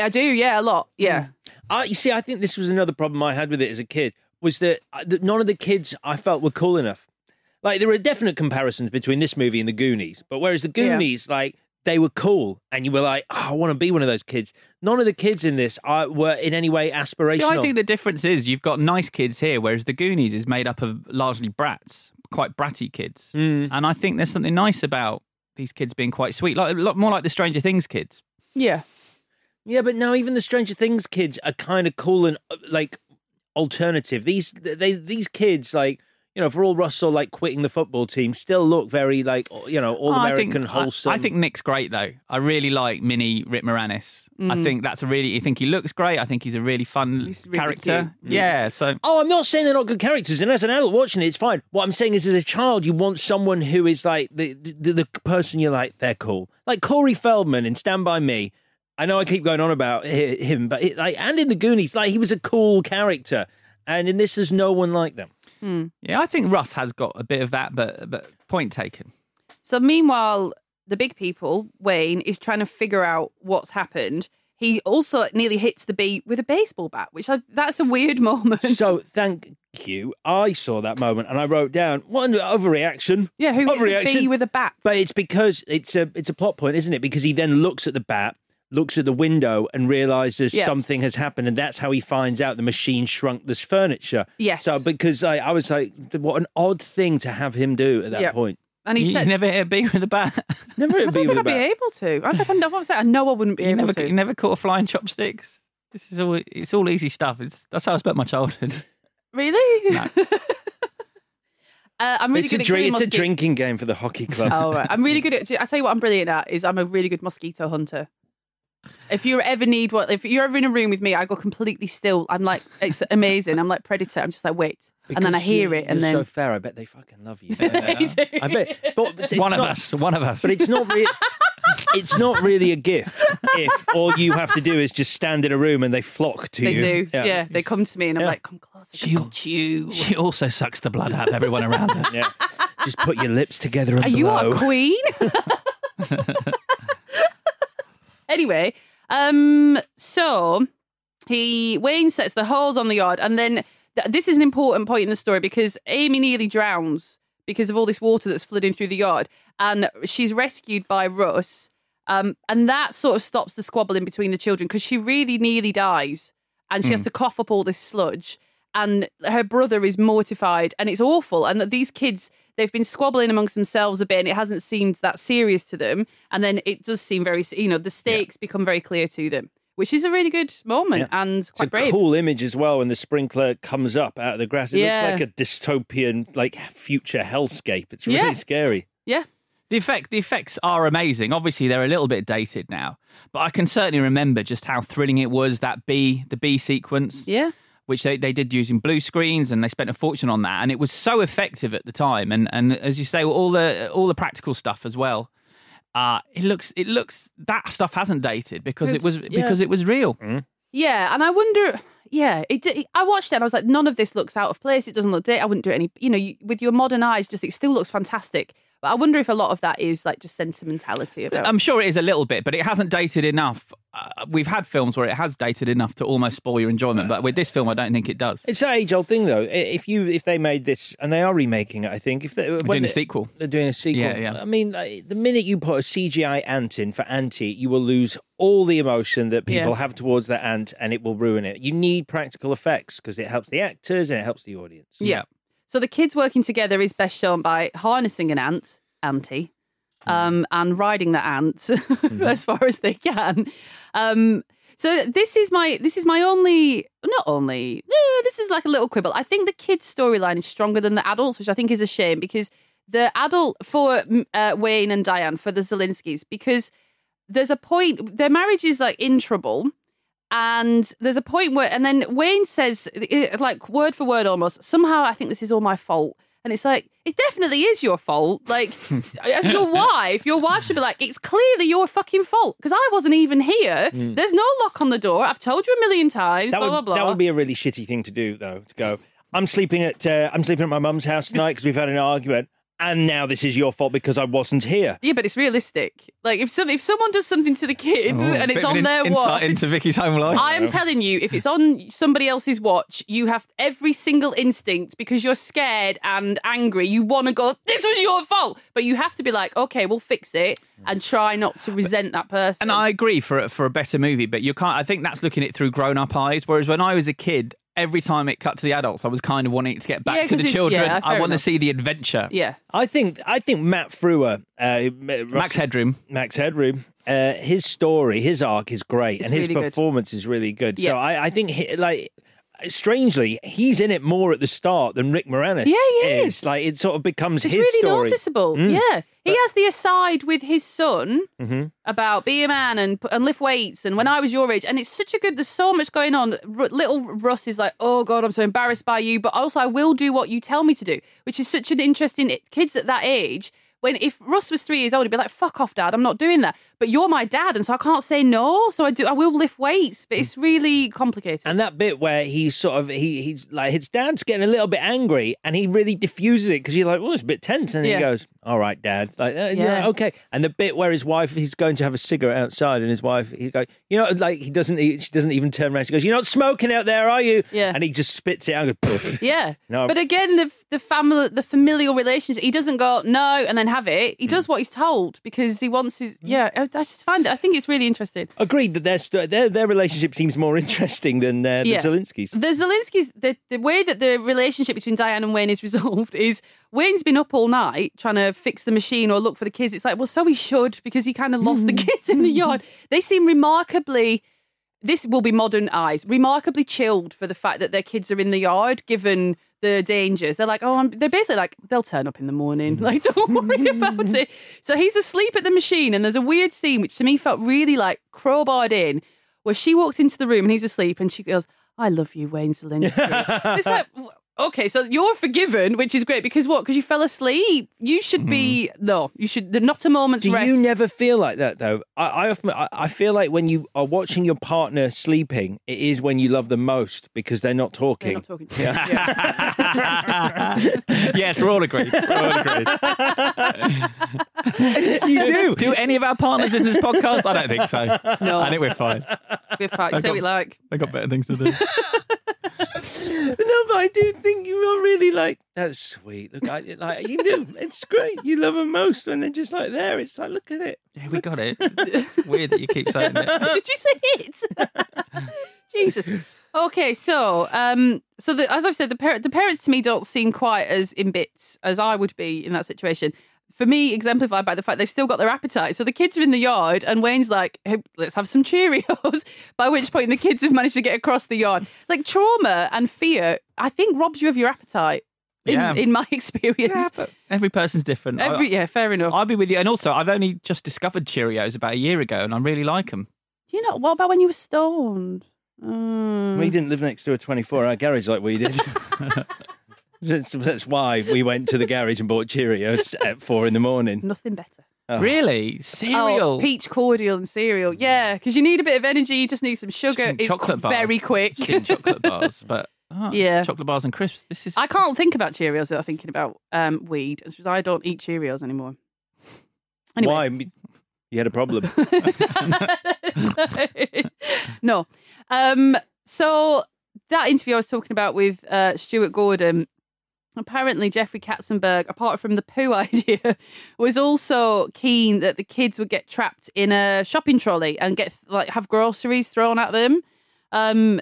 S7: I do, yeah, a lot. Yeah.
S8: Hmm.
S1: I, you see, I think this was another problem I had with it as a kid was that, uh, that none of the kids I felt were cool enough. Like there were definite comparisons between this movie and the Goonies, but whereas the
S7: Yeah.
S1: Goonies, like they were cool, and you were like, oh, I want to be one of those kids. None of the kids in this I, were in any way aspirational.
S8: See, I think the difference is you've got nice kids here, whereas the Goonies is made up of largely brats, quite bratty kids.
S1: Mm.
S8: And I think there's something nice about these kids being quite sweet, like a lot more like the Stranger Things kids.
S7: Yeah.
S1: yeah, but now even the Stranger Things kids are kind of cool and uh, like alternative. These they these kids like. you know, for all Russell like quitting the football team, still look very like you know all
S8: Oh, I
S1: American
S8: think, I-
S1: wholesome.
S8: I, think Nick's great though. I really like Mini Rip Moranis. I
S1: Mm.
S8: think that's a really. I think he looks great. I think he's a really fun
S1: really
S8: character.
S1: cute. Mm.
S8: Yeah. So
S1: Oh, I'm not saying they're not good characters, and as an adult watching it, it's fine. What I'm saying is, as a child, you want someone who is like the the, the person you like. They're cool, like Corey Feldman in Stand by Me. I know I keep going on about hi- him, but it, like, and in the Goonies, like he was a cool character, and in this, there's no one like them.
S8: yeah, I think Russ has got a bit of that, but but point taken.
S7: So meanwhile, the big people, Wayne, is trying to figure out what's happened. He also nearly hits the beat with a baseball bat, which I, that's a weird moment.
S1: So thank you. I saw that moment, and I wrote down one overreaction.
S7: Yeah, who hits
S1: overreaction.
S7: the bee with a bat?
S1: But it's because it's a it's a plot point, isn't it? Because he then looks at the bat, looks at the window, and realizes
S7: Yeah.
S1: something has happened, and that's how he finds out the machine shrunk this furniture.
S7: Yes.
S1: So because I, I was like, what an odd thing to have him do at that
S7: Yeah.
S1: point.
S7: And he
S8: you,
S7: You-
S8: you
S7: you says-
S8: never hit a bee with a bat.
S1: Never
S7: I
S1: hit a
S7: don't
S1: bee
S7: think
S1: with a
S7: I'd be
S1: bat.
S7: able to. I, don't know what I'm saying. I know I wouldn't be
S8: You
S7: able
S8: never,
S7: to.
S8: you never caught a fly in chopsticks. This is all. It's all easy stuff. It's that's how I spent my childhood.
S7: Really? uh, I'm really
S1: it's
S7: good
S1: a
S7: at
S1: drink.
S7: killing
S1: It's a
S7: mosqui-
S1: drinking game for the hockey club.
S7: Oh, right. I'm really good at. I tell you what, I'm brilliant at is I'm a really good mosquito hunter. If you ever need what, if you're ever in a room with me, I go completely still. I'm like, it's amazing. I'm like predator. I'm just like wait, and then I
S1: Because
S7: hear
S1: you-
S7: it, and
S1: you're
S7: then
S1: so fair. I bet they fucking love you. don't they? I bet. But it's
S8: one of
S1: not-
S8: us. One of us.
S1: But it's not really. it's not really a gift if all you have to do is just stand in a room and they flock to
S7: they
S1: you.
S7: do. Yeah, they come to me, and I'm like, come closer. She, got you.
S8: She also sucks the blood out of everyone around her.
S1: yeah. Just put your lips together and
S7: Are you our
S1: blow.
S7: queen? anyway, um, so he Wayne sets the holes on the yard, and then th- this is an important point in the story because Amy nearly drowns because of all this water that's flooding through the yard, and she's rescued by Russ. Um, and that sort of stops the squabbling between the children because she really nearly dies and she has
S8: Mm.
S7: to cough up all this sludge. And her brother is mortified and it's awful. And that these kids, they've been squabbling amongst themselves a bit and it hasn't seemed that serious to them. And then it does seem very, you know, the stakes become very clear to them, which is a really good moment and
S1: It's a
S7: quite brave.
S1: cool image as well when the sprinkler comes up out of the grass. It
S7: Yeah.
S1: looks like a dystopian, like future hellscape. It's really
S7: Yeah.
S1: scary.
S7: Yeah.
S8: The effect, the effects are amazing. Obviously, they're a little bit dated now, but I can certainly remember just how thrilling it was that B, the B sequence,
S7: Yeah.
S8: which they, they did using blue screens, and they spent a fortune on that, and it was so effective at the time. And and as you say, all the all the practical stuff as well. Uh, it looks it looks that stuff hasn't dated because it
S7: It's-
S8: was
S7: yeah.
S8: because it was real.
S7: Yeah, and I wonder. Yeah, it, it. I watched it. and I was like, none of this looks out of place. It doesn't look. da- I wouldn't do it any. You know, you, with your modern eyes, just it still looks fantastic. But I wonder if a lot of that is like just sentimentality about.
S8: I'm sure it is a little bit, but it hasn't dated enough. Uh, we've had films where it has dated enough to almost spoil your enjoyment, but with this film, I don't think it does.
S1: It's that age old thing though. I- If you if they made this and they are remaking it, I think if they, when
S8: doing a
S1: they-
S8: sequel.
S1: they're doing a sequel.
S8: Yeah, yeah.
S1: I mean, like, the minute you put a CGI ant in for Auntie, you will lose all the emotion that people
S7: Yeah.
S1: have towards that ant, and it will ruin it. You need practical effects because it helps the actors and it helps the audience.
S7: Yeah. So the kids working together is best shown by harnessing an ant, auntie, um, and riding the ant as far as they can. Um, so this is my this is my only not only eh, this is like a little quibble. I think the kids' storyline is stronger than the adults, which I think is a shame because the adult for mm, uh, Wayne and Diane for the Zelinskys because there's a point their marriage is like in trouble and there's a point where and then wayne says eh, like word for word almost somehow i think this is all my fault and it's like it definitely is your fault like as your wife your wife should be like it's clearly your fucking fault because i wasn't even here there's no lock on the door i've told you a million times
S1: Mm. that
S7: blah
S1: would,
S7: blah blah
S1: That would be a really shitty thing to do, though. To go, I'm sleeping at uh, I'm sleeping at my mum's house tonight because we've had an argument, and now this is your fault because I wasn't here.
S7: yeah, but it's realistic. Like if some if someone does something to the kids
S8: Ooh,
S7: and
S8: bit
S7: it's on
S8: of an in-
S7: their
S8: insight
S7: watch,
S8: into Vicky's home life.
S7: I am telling you, if it's on somebody else's watch, you have every single instinct because you're scared and angry. You want to go, this was your fault. But you have to be like, okay, we'll fix it and try not to resent that person.
S8: And I agree for a- for a better movie, but you can't. I think that's looking at it through grown up eyes. Whereas when I was a kid, every time it cut to the adults, I was kind of wanting it to get back
S7: Yeah,
S8: to
S7: 'cause
S8: the
S7: it's-
S8: children.
S7: yeah,
S8: I
S7: fair
S8: want to
S7: enough.
S8: see the adventure.
S7: yeah.
S1: I think I think Matt Frewer, uh, M-
S8: Max
S1: Russell-
S8: Headroom.
S1: Max Headroom. Uh, his story, his arc is great,
S7: It's
S1: and his
S7: really good.
S1: performance is really good.
S7: Yeah.
S1: So I, I think, he, like, strangely, he's in it more at the start than Rick Moranis.
S7: Yeah, he is.
S1: Like it sort of becomes
S7: It's
S1: his
S7: really
S1: story.
S7: noticeable.
S1: Mm.
S7: Yeah. He has the aside with his son
S1: Mhm.
S7: about be a man and and lift weights and when I was your age and it's such a good there's so much going on R- little Russ is like oh god I'm so embarrassed by you but also I will do what you tell me to do which is such an interesting kids at that age when if Russ was 3 years old he'd be like fuck off dad I'm not doing that but you're my dad and so I can't say no so I do I will lift weights but it's really complicated
S1: Mm. And that bit where he's sort of he he's like his dad's getting a little bit angry, and he really diffuses it because you're like, well, it's a bit tense, and
S7: Yeah.
S1: he goes, "All right, dad, like, uh, yeah,
S7: Yeah.
S1: okay." And the bit where his wife he's going to have a cigarette outside, and his wife he goes, "You know, like he doesn't he, she doesn't even turn around. She goes, "You're not smoking out there, are you?"
S7: Yeah.
S1: And he just spits it out. And goes, "Pff."
S7: Yeah.
S1: No.
S7: But again, the the family, the familial relationship. He doesn't go no and then have it.
S1: Hmm.
S7: He does what he's told because he wants his. Yeah, I, I just find it. I think it's really interesting.
S1: Agreed that their sto- their their relationship seems more interesting than uh, the
S7: yeah.
S1: Zelinskys.
S7: The Zelensky's the, the way that the relationship between Diane and Wayne is resolved is Wayne's been up all night trying to fix the machine or look for the kids. It's like, well, so he should because he kind of lost the kids in the yard. They seem remarkably this will be modern eyes remarkably chilled for the fact that their kids are in the yard given the dangers they're like oh I'm, they're basically like they'll turn up in the morning
S1: Mm.
S7: like don't worry about it so he's asleep at the machine and there's a weird scene which to me felt really like crowbarred in where she walks into the room and he's asleep and she goes i love you wayne zelinsky it's like w- okay so you're forgiven which is great because what because you fell asleep you should be no you should not a moment's
S1: Mm-hmm. Do
S7: rest
S1: you never feel like that though? I, I often I, I feel like when you are watching your partner sleeping, it is when you love them most because they're not
S7: They're
S1: talking.
S7: not talking to you. Yeah.
S8: yes, we're all agreed. We're all agreed.
S1: you do.
S8: Do any of our partners in this podcast? I don't think so.
S7: No.
S8: I think we're fine.
S7: We're fine.
S8: I
S7: Say
S8: got-
S7: what you like
S8: They got better things to do.
S1: No, but I do think you are really like that's sweet. Look, I, like you do. It's great. You love them most when they're just like there. It's like look at it.
S8: Yeah, we got it. It's weird that you keep saying it.
S7: Did you say it? Jesus. Okay, so um, so the, as I've said, the par- the parents to me don't seem quite as in bits as I would be in that situation. For me, exemplified by the fact they've still got their appetite. So the kids are in the yard, and Wayne's like, hey, "Let's have some Cheerios." by which point, the kids have managed to get across the yard. Like trauma and fear, I think robs you of your appetite. In,
S8: Yeah.
S7: in my experience,
S8: Yeah, but every person's different. I-
S7: every yeah, fair enough.
S8: I'll be with you. And also, I've only just discovered Cheerios about a year ago, and I really like them.
S7: Do you know what about when you were stoned? Mm.
S1: We didn't live next to a twenty-four hour garage like we did. That's, that's why we went to the garage and bought Cheerios at four in the morning.
S7: Nothing better.
S1: Oh.
S8: Really,
S7: Oh,
S8: cereal. Mm.
S7: peach cordial and cereal. Yeah, because you need a bit of energy. You just need some sugar.
S8: Just in
S7: it's
S8: chocolate bars.
S7: very quick.
S8: Just in chocolate bars, but oh,
S7: Yeah.
S8: chocolate bars and crisps. This is
S7: I can't think about Cheerios without thinking about um, weed. It's because I don't eat Cheerios anymore. Anyway.
S1: Why? You had a problem.
S7: no. Um, so that interview I was talking about with uh, Stuart Gordon, apparently Jeffrey Katzenberg, apart from the poo idea, was also keen that the kids would get trapped in a shopping trolley and get like have groceries thrown at them. Um,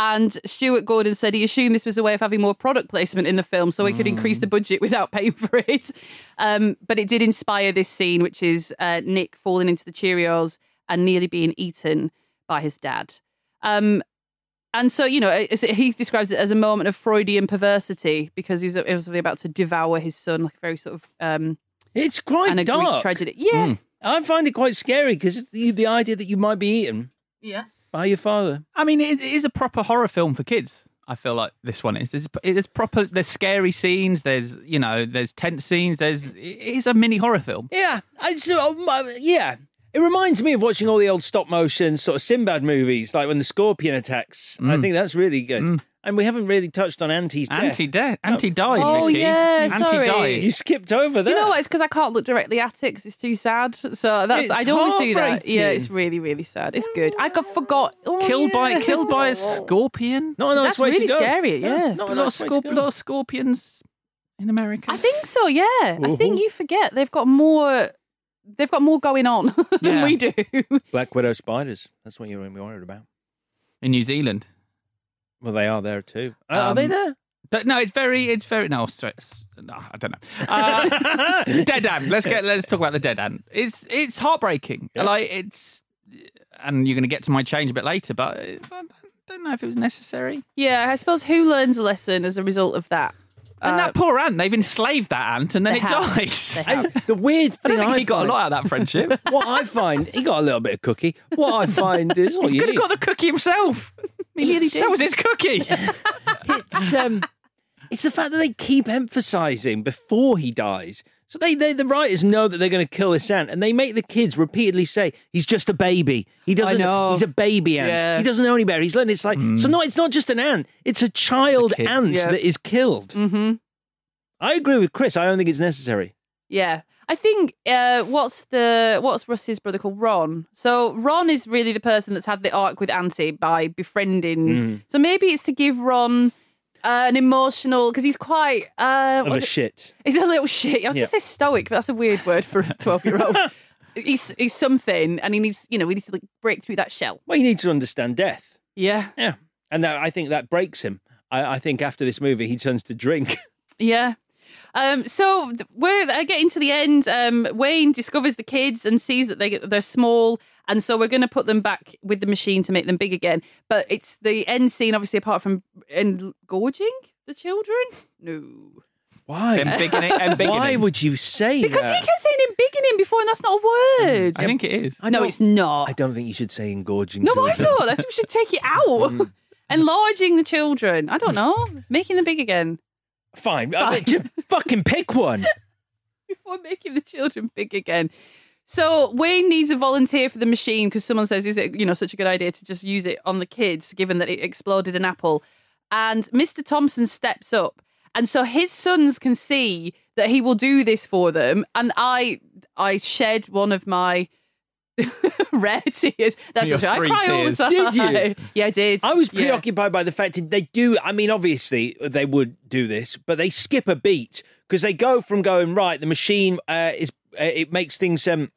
S7: and Stuart Gordon said he assumed this was a way of having more product placement in the film so he
S1: Hmm.
S7: could increase the budget without paying for it. Um, but it did inspire this scene, which is uh, Nick falling into the Cheerios and nearly being eaten by his dad. Um, and so, you know, it's- he describes it as a moment of Freudian perversity because he's obviously about to devour his son, like a very sort of um,
S1: It's quite
S7: and a
S1: dark.
S7: Greek tragedy. Yeah.
S1: I find it quite scary because the, the idea that you might be eaten
S7: Yeah.
S1: by your father.
S8: I mean, it is a proper horror film for kids. I feel like this one is. It's, it's proper. There's scary scenes. There's you know. There's tense scenes. There's. It is a mini horror film.
S1: Yeah, I so, um, uh, yeah. It reminds me of watching all the old stop motion sort of Sinbad movies, like when the scorpion attacks. I think that's really good. And we haven't really touched on Auntie's death.
S8: Anti dead. Anti died.
S7: Oh,
S8: Vicky.
S7: yeah,
S8: Auntie
S7: sorry.
S8: died.
S1: You skipped over that.
S7: You know what? It's because I can't look directly at it because it's too sad. So that's
S1: It's
S7: I don't always do that.
S1: heartbreaking.
S7: Yeah, it's really really sad. It's good. I got forgot. Oh,
S8: Killed by
S7: yeah.
S8: killed by a scorpion.
S1: Not a nice
S7: That's
S1: way
S7: really
S1: to go.
S7: scary, yeah.
S8: a
S1: not
S8: lot of,
S1: nice way to
S8: scorp-
S1: go.
S8: lot of scorpions in America.
S7: I think so. Yeah, I think you forget they've got more. They've got more going on than
S8: Yeah. Uh,
S7: we do.
S1: Black widow spiders. That's what you're gonna be worried about.
S8: in New Zealand.
S1: Well, they are there too. are
S8: Um,
S1: they there?
S8: But no, it's very, it's very. No, it's, it's- no I don't know. Uh, dead ant. Let's get. Let's talk about the dead ant. It's it's heartbreaking. Like it's, and you're going to get to my change a bit later. But don't know if it was necessary.
S7: Yeah, I suppose who learns a lesson as a result of that?
S8: And
S7: Uh,
S8: that poor ant, they've enslaved that ant, and then
S7: They
S8: it
S7: have.
S8: dies.
S7: They have.
S1: The weird
S8: I
S1: thing
S8: don't think
S1: I
S8: he got
S1: find-
S8: a lot out of that friendship.
S1: What I find, he got a little bit of cookie. What I find is all
S8: he
S1: you
S8: could
S1: need.
S8: have got the cookie himself.
S7: He really did.
S8: That was his cookie.
S1: it's, um, it's the fact that they keep emphasizing before he dies. So they, they the writers know that they're going to kill this ant, and they make the kids repeatedly say, "He's just a baby. He doesn't.
S7: know.
S1: He's a baby ant.
S7: Yeah.
S1: He doesn't know any better. He's learning. It's like so. No, it's not just an ant. It's a child
S8: kid.
S1: ant
S7: Yeah.
S1: that is killed.
S7: hmm
S1: I agree with Chris. I don't think it's necessary.
S7: Yeah. I think uh, what's the what's Russ's brother called Ron? So Ron is really the person that's had the arc with Auntie by befriending.
S1: Mm.
S7: So maybe it's to give Ron uh, an emotional because he's quite uh,
S1: Of
S7: what
S1: a
S7: is it?
S1: shit.
S7: He's a little shit. I was
S1: Yeah.
S7: going to say stoic, but that's a weird word for a twelve-year-old. he's he's something, and he needs you know he needs to like break through that shell.
S1: Well, you need to understand death.
S7: Yeah,
S1: Yeah, and that, I think that breaks him. I, I think after this movie, he turns to drink.
S7: yeah. Um, so th- we're uh, getting to the end. Um, Wayne discovers the kids and sees that they they're small, and so we're going to put them back with the machine to make them big again. But it's the end scene, obviously, apart from engorging the children. No,
S1: Why?
S8: Embiggening, embiggening.
S1: Why would you say
S7: because
S1: that?
S7: he kept saying embiggening before, and that's not a word.
S8: I think it is.
S1: Mm, I
S7: no,
S1: don't-
S7: it's not.
S1: I don't think Mm. you should say engorging.
S7: No, I
S1: children.
S7: don't. I think we should take it out. Enlarging the children. I don't know. Making them big again.
S1: Fine, I mean, just fucking pick one.
S7: Before making the children big again. So Wayne needs a volunteer for the machine because someone says, is it, you know, such a good idea to just use it on the kids, given that it exploded an apple. And Mr. Thompson steps up. And so his sons can see that he will do this for them. And I I shed one of my rare tears. That's
S8: Your
S7: not true. I
S8: three
S7: cry
S8: tears.
S7: all the time.
S1: Did you?
S7: Yeah, I did.
S1: I was
S7: Yeah.
S1: preoccupied by the fact that they do. I mean, obviously they would do this, but they skip a beat because they go from going right. The machine uh, is uh, it makes things um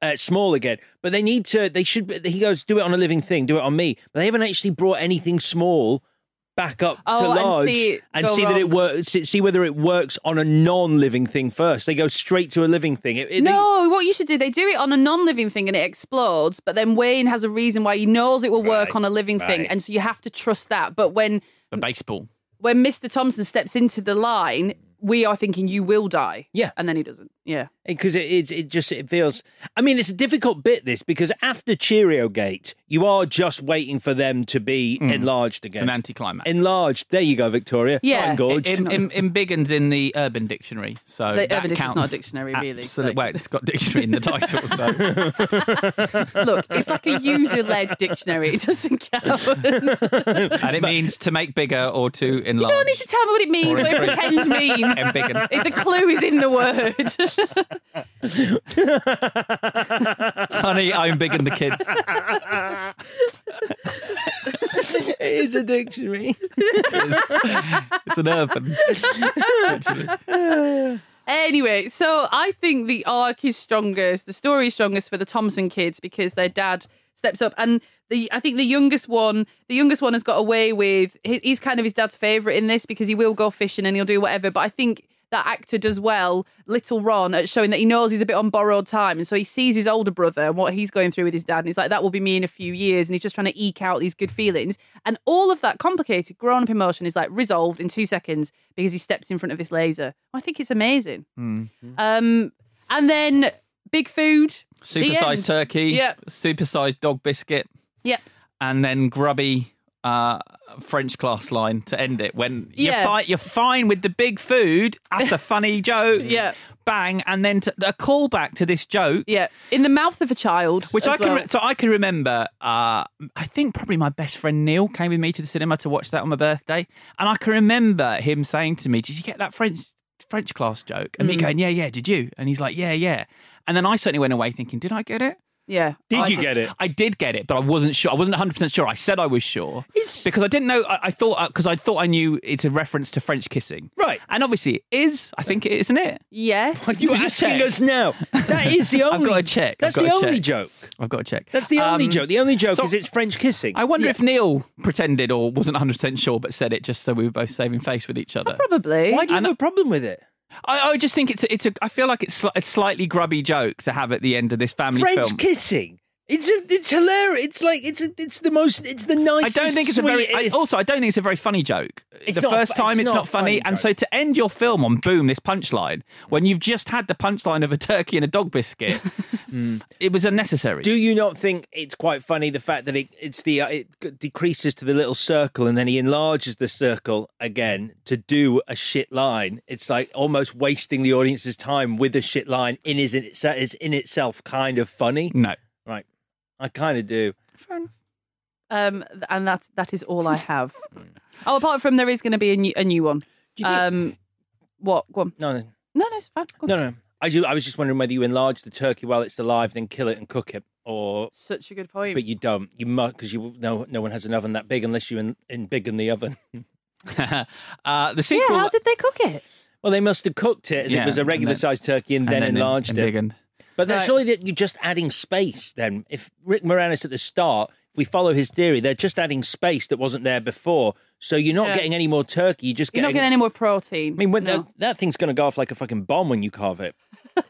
S1: uh, small again, but they need to. They should. be- He goes, do it on a living thing, do it on me. But they haven't actually brought anything small back up to
S7: Oh, and
S1: large
S7: see it
S1: and
S7: go
S1: see that it
S7: wrong.
S1: works. See whether it works on a non-living thing first. They go straight to a living thing. It, it-
S7: No, what you should do, they do it on a non living thing and it explodes, but then Wayne has a reason why he knows it will work
S1: Right,
S7: on a living thing.
S1: right.
S7: And so you have to trust that. But when,
S8: The baseball.
S7: when Mr. Thompson steps into the line, we are thinking you will die.
S1: Yeah.
S7: And then he doesn't. Yeah.
S1: because it, it's it just it feels. I mean, it's a difficult bit this because after Cheerio Gate, you are just waiting for them to be enlarged
S8: It's
S1: again.
S8: an Mm. anticlimax.
S1: enlarged. There you go, Victoria.
S7: Yeah.
S1: Not engorged.
S7: It-
S8: Em- em- embiggen's in the Urban Dictionary, so
S7: The
S8: that
S7: Urban Dictionary's
S8: counts.
S7: not a dictionary, really,
S8: Absolute-
S7: so-
S8: Well, it's got dictionary in the title, so
S7: Look, it's like a user led dictionary. It doesn't count. you
S8: and it means to make bigger or to enlarge.
S7: don't need to tell me what it means, what it pretend means.
S8: Embiggen.
S7: If the clue is in the word.
S8: Honey, I'm big in the kids.
S1: it is a dictionary.
S8: It's an urban.
S7: Anyway, so I think the arc is strongest, the story is strongest for the Thompson kids because their dad steps up, and the I think the youngest one, the youngest one has got away with. he- He's kind of his dad's favorite in this because he will go fishing and he'll do whatever. But I think that actor does well, little Ron, at showing that he knows he's a bit on borrowed time, and so he sees his older brother and what he's going through with his dad, and he's like, "That will be me in a few years," and he's just trying to eke out these good feelings, and all of that complicated grown-up emotion is like resolved in two seconds because he steps in front of this laser. I think it's amazing. Um, and then big food.
S8: Supersized
S7: end.
S8: turkey.
S7: Yep.
S8: Supersized dog biscuit,
S7: Yep.
S8: and then grubby. Uh, French class line to end it when
S7: Yeah.
S8: you're, fi- you're fine with the big food. That's a funny joke.
S7: Yeah.
S8: Bang. And then to, a callback to this joke
S7: Yeah. In the mouth of a child.
S8: Which
S7: as
S8: I can,
S7: well.
S8: re- so I can remember. Uh, I think probably my best friend Neil came with me to the cinema to watch that on my birthday, and I can remember him saying to me, "Did you get that French French class joke?"
S1: Mm.
S8: And me going, "Yeah, yeah." Did you? And he's like, "Yeah, yeah." And then I certainly went away thinking, "Did I get it?"
S7: yeah.
S1: Did
S8: I-
S1: you get it?
S8: I did get it, but I wasn't sure. I wasn't 100 percent sure. I said I was sure because I didn't know. I, I thought because I thought I knew it's a reference to French kissing,
S1: Right.
S8: And obviously it is. I think it is, isn't it?
S7: Yes.
S1: You're
S8: Just
S1: asking
S8: check.
S1: us now. That is the only.
S8: I've got to check.
S1: That's
S8: I've
S1: the
S8: got to
S1: only
S8: check.
S1: joke.
S8: I've got to check.
S1: That's the only
S8: Um,
S1: joke. The only joke
S8: so-
S1: is it's French kissing.
S8: I wonder
S7: Yeah.
S8: if Neil pretended or wasn't 100% sure but said it just so we were both saving face with each other.
S7: Probably.
S1: Why do you
S8: and-
S1: have a problem with it?
S8: I, I just think it's a, it's a I feel like it's sli- a slightly grubby joke to have at the end of this family
S1: French
S8: film.
S1: kissing It's a, it's hilarious. It's like it's a, it's the most it's the nicest.
S8: I don't think it's a very. I,
S1: sweetest-
S8: also, I don't think it's a very funny joke.
S1: It's
S8: the
S1: not a
S8: first
S1: fu-
S8: time,
S1: it's
S8: it's,
S1: not
S8: not,
S1: a funny
S8: funny. And
S1: joke.
S8: so, to end your film on boom, this punchline when you've just had the punchline of a turkey and a dog biscuit, mm, it was unnecessary.
S1: Do you not think it's quite funny the fact that it it's the uh, it g- decreases to the little circle and then he enlarges the circle again to do a shit line? It's like almost wasting the audience's time with a shit line in is in itself is in itself kind of funny.
S8: no.
S1: Right, I kind of do.
S7: Um, th- and that's that is all I have. oh, apart from there is going to be a new a new one. Um, what? Go on.
S1: No, no,
S7: No, no, it's fine. Go on.
S1: no, no. I ju- I was just wondering whether you enlarge the turkey while it's alive, then kill it and cook it, or
S7: Such a good point.
S1: but you don't. You must because you no no one has an oven that big unless you in, in big in the oven.
S8: uh, the
S7: yeah,
S8: sequel.
S7: how did they cook it?
S1: Well, they must have cooked it as
S8: Yeah,
S1: it was a
S8: and
S1: regular
S8: then-
S1: sized turkey and, then, enlarged it.
S8: embiggened.
S1: But that's
S7: Right.
S1: surely that you're just adding space. Then, if Rick Moranis at the start, if we follow his theory, they're just adding space that wasn't there before. So you're not
S7: Yeah.
S1: getting any more turkey. You're just
S7: You're
S1: getting.
S7: not getting any more protein.
S1: I mean, when
S7: no.
S1: that, that thing's going to go off like a fucking bomb when you carve it.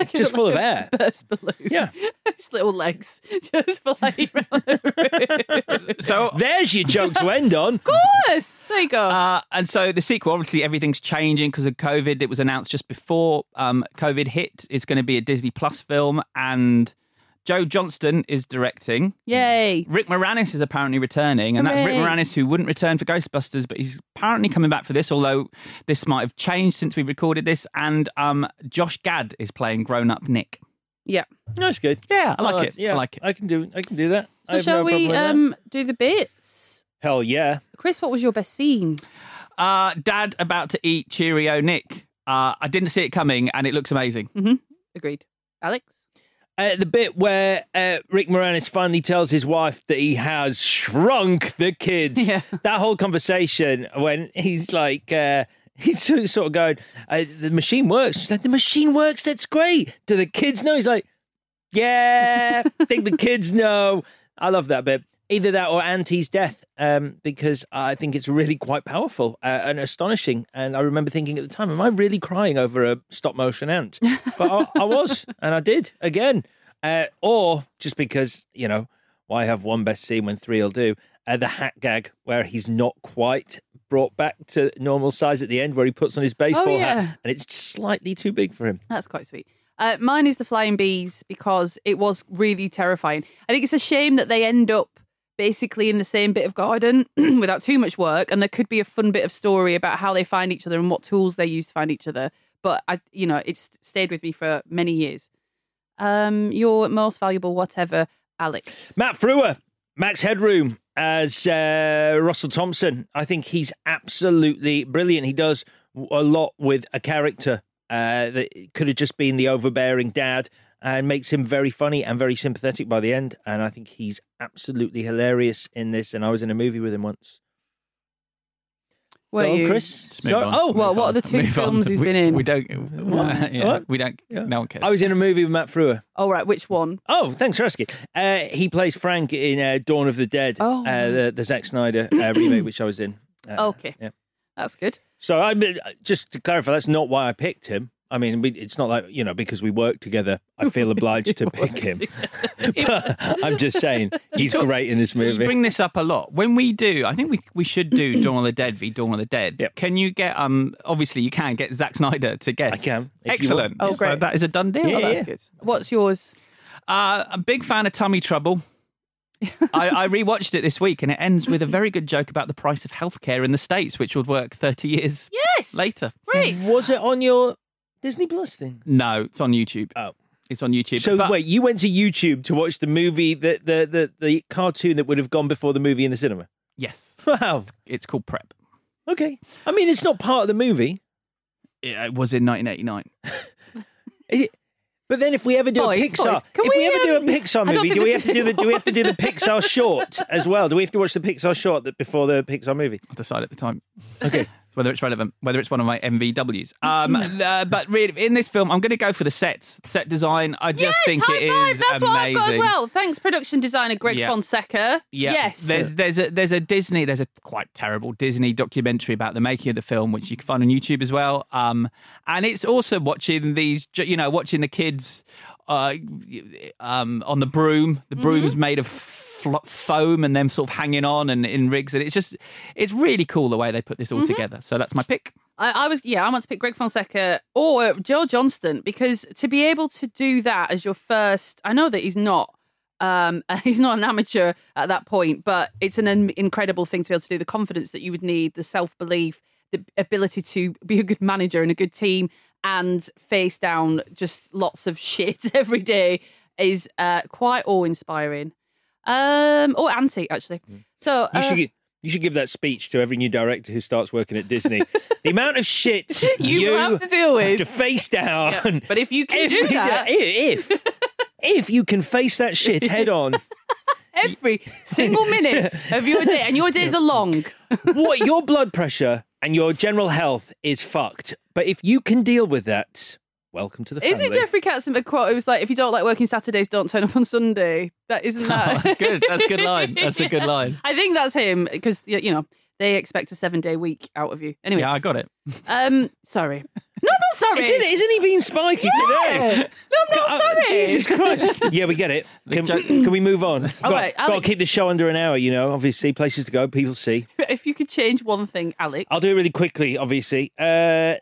S1: It's just full of air.
S7: burst balloon.
S1: Yeah.
S7: His little legs just flying around the room.
S8: So
S1: There's your joke to end on.
S7: yes, there you go.
S1: Um,
S8: Uh, and so the sequel, obviously, everything's changing because of COVID. It was announced just before um, COVID hit. It's going to be a Disney Plus film, and Joe Johnston is directing.
S7: Yay.
S8: Rick Moranis is apparently returning, and that's Rick
S7: Hooray.
S8: Moranis who wouldn't return for Ghostbusters, but he's apparently coming back for this. Although this might have changed since we recorded this, and um, Josh Gad is playing grown-up Nick.
S7: Yeah.
S1: That's good.
S8: Yeah, I like
S1: Uh,
S8: it. I like it.
S1: I can do. I can do that.
S7: So
S1: I have
S7: shall
S1: no problem
S7: we
S1: with that.
S7: um do the bits?
S1: Hell yeah.
S7: Chris, what was your best scene?
S8: Uh, Dad about to eat Cheerio Nick. Uh, I didn't see it coming, and it looks amazing.
S7: Agreed. Alex?
S1: Uh, the bit where uh, Rick Moranis finally tells his wife that he has shrunk the kids.
S7: Yeah.
S1: That whole conversation when he's like, uh, he's so- sort of going, uh, the machine works. She's like, the machine works. That's great. Do the kids know? He's like, yeah, I think the kids know. I love that bit. Either that or Auntie's death, um, because I think it's really quite powerful uh, and astonishing. And I remember thinking at the time, am I really crying over a stop motion ant? But I, I was, and I did again. Uh, or just because, you know, why have one best scene when three will do? Uh, the hat gag where he's not quite brought back to normal size at the end, where he puts on his baseball
S7: yeah.
S1: hat and it's slightly too big for him.
S7: That's quite sweet. Uh, mine is the flying bees because it was really terrifying. I think it's a shame that they end up basically in the same bit of garden without too much work, and there could be a fun bit of story about how they find each other and what tools they use to find each other. But I, you know, it's stayed with me for many years. Um, your most valuable whatever, Alex.
S1: Matt Frewer, Max Headroom as uh, Russell Thompson. I think he's absolutely brilliant. He does a lot with a character uh, that could have just been the overbearing dad and makes him very funny and very sympathetic by the end. And I think he's absolutely hilarious in this. And I was in a movie with him once.
S7: Were
S1: Go on,
S7: you?
S1: Chris?
S8: Let's move
S1: Sorry-
S8: on.
S1: Oh,
S7: Well, what are the two
S8: Move on.
S7: films he's
S8: We-
S7: been in?
S8: We don't. yeah,
S1: What?
S8: We don't.
S1: Yeah.
S8: No one cares.
S1: I was in a movie with Matt Frewer.
S7: All right, which one?
S1: Oh, thanks for asking. Uh, he plays Frank in uh, Dawn of the Dead,
S7: Oh.
S1: uh, the, the Zack Snyder uh, remake, which I was in. Uh,
S7: Okay.
S1: Yeah.
S7: That's good.
S1: So I mean, uh, just to clarify, that's not why I picked him. I mean, we- it's not like you know because we work together. I feel obliged to pick him. but I'm just saying he's
S8: talk-
S1: great in this
S8: We
S1: movie.
S8: bring this up a lot. When we do, I think we we should do Dawn of the Dead v Dawn of the Dead.
S1: Yep.
S8: Can you get um? Obviously, you can get Zack Snyder to guess.
S1: I can, if you
S8: Excellent.
S7: want. Oh,
S8: So
S7: great.
S8: that is a done deal.
S1: Yeah,
S8: Oh, that's
S1: yeah.
S8: good.
S7: What's yours?
S8: Uh, a big fan of Tummy Trouble. I, I rewatched it this week, and it ends with a very good joke about the price of healthcare in the states, which would work thirty years
S7: Yes.
S8: later.
S7: Great.
S1: Was it on your Disney Plus thing?
S8: No, it's on YouTube.
S1: Oh.
S8: It's on YouTube.
S1: So
S8: But-
S1: wait, you went to YouTube to watch the movie, the the, the the cartoon that would have gone before the movie in the cinema.
S8: yes,
S1: Wow.
S8: it's, it's called Prep.
S1: Okay. I mean, it's not part of the movie.
S8: It it was in 1989.
S1: But then, if we ever do
S7: Boys,
S1: a Pixar,
S7: boys, can
S1: if we,
S7: we,
S1: ever
S7: um,
S1: do a Pixar
S7: I don't
S1: movie,
S7: think
S1: do we have
S7: this
S1: to do
S7: is
S1: the do we have to do the
S7: what-
S1: Pixar short as well? Do we have to watch the Pixar short that before the Pixar movie?
S8: I'll decide at the time.
S1: Okay.
S8: whether it's relevant, whether it's one of my MVWs. Um,
S7: Mm.
S8: uh, but really, in this film, I'm going to go for the sets, set design. I just
S7: yes,
S8: think
S7: high
S8: it is
S7: five. That's
S8: amazing.
S7: what I've got as well. Thanks, production designer Greg
S8: Yeah.
S7: Fonseca.
S8: Yeah.
S7: Yes.
S8: There's there's a there's a Disney there's a quite terrible Disney documentary about the making of the film which you can find on YouTube as well. Um, and it's also watching these ju- you know watching the kids uh, um, on the broom. The broom's made of fl- foam and them sort of hanging on and in rigs, and it's just it's really cool the way they put this all together. So that's my pick.
S7: I, I was yeah, I want to pick Greg Fonseca or Joe Johnston because to be able to do that as your first, I know that he's not. Um, he's not an amateur at that point, but it's an in- incredible thing to be able to do. The confidence that you would need, the self belief, the ability to be a good manager and a good team, and face down just lots of shit every day is uh, quite awe inspiring. Um, or anti actually. So
S1: You
S7: uh,
S1: should gi- you should give that speech to every new director who starts working at Disney. the amount of shit
S7: You have to deal with.
S1: have to face down.
S7: Yeah, but if you can
S1: every
S7: do
S1: day-
S7: that-
S1: if if, if you can face that shit head on,
S7: every single minute of your day, and your days are long.
S1: what your blood pressure and your general health is fucked. But if you can deal with that, welcome to the family.
S7: Isn't Jeffrey Katzenberg quote? It was like, if you don't like working Saturdays, don't turn up on Sunday. That isn't that.
S8: Oh, that's good. That's a good line. That's a good line.
S7: I think that's him because you know they expect a seven day week out of you. Anyway,
S8: Yeah, I got it.
S7: um, sorry. No, I'm not sorry.
S1: Isn't, isn't he being spiky today?
S7: Yeah. No, I'm not sorry.
S1: Jesus Christ. Oh, yeah, we get it. Can, can we move on?
S7: All
S1: got,
S7: right,
S1: got to
S7: Alex-
S1: keep the show under an hour, you know, obviously. Places to go, people see.
S7: If you could change one thing, Alex.
S8: Oh,
S1: I'll do it really quickly, obviously. Uh,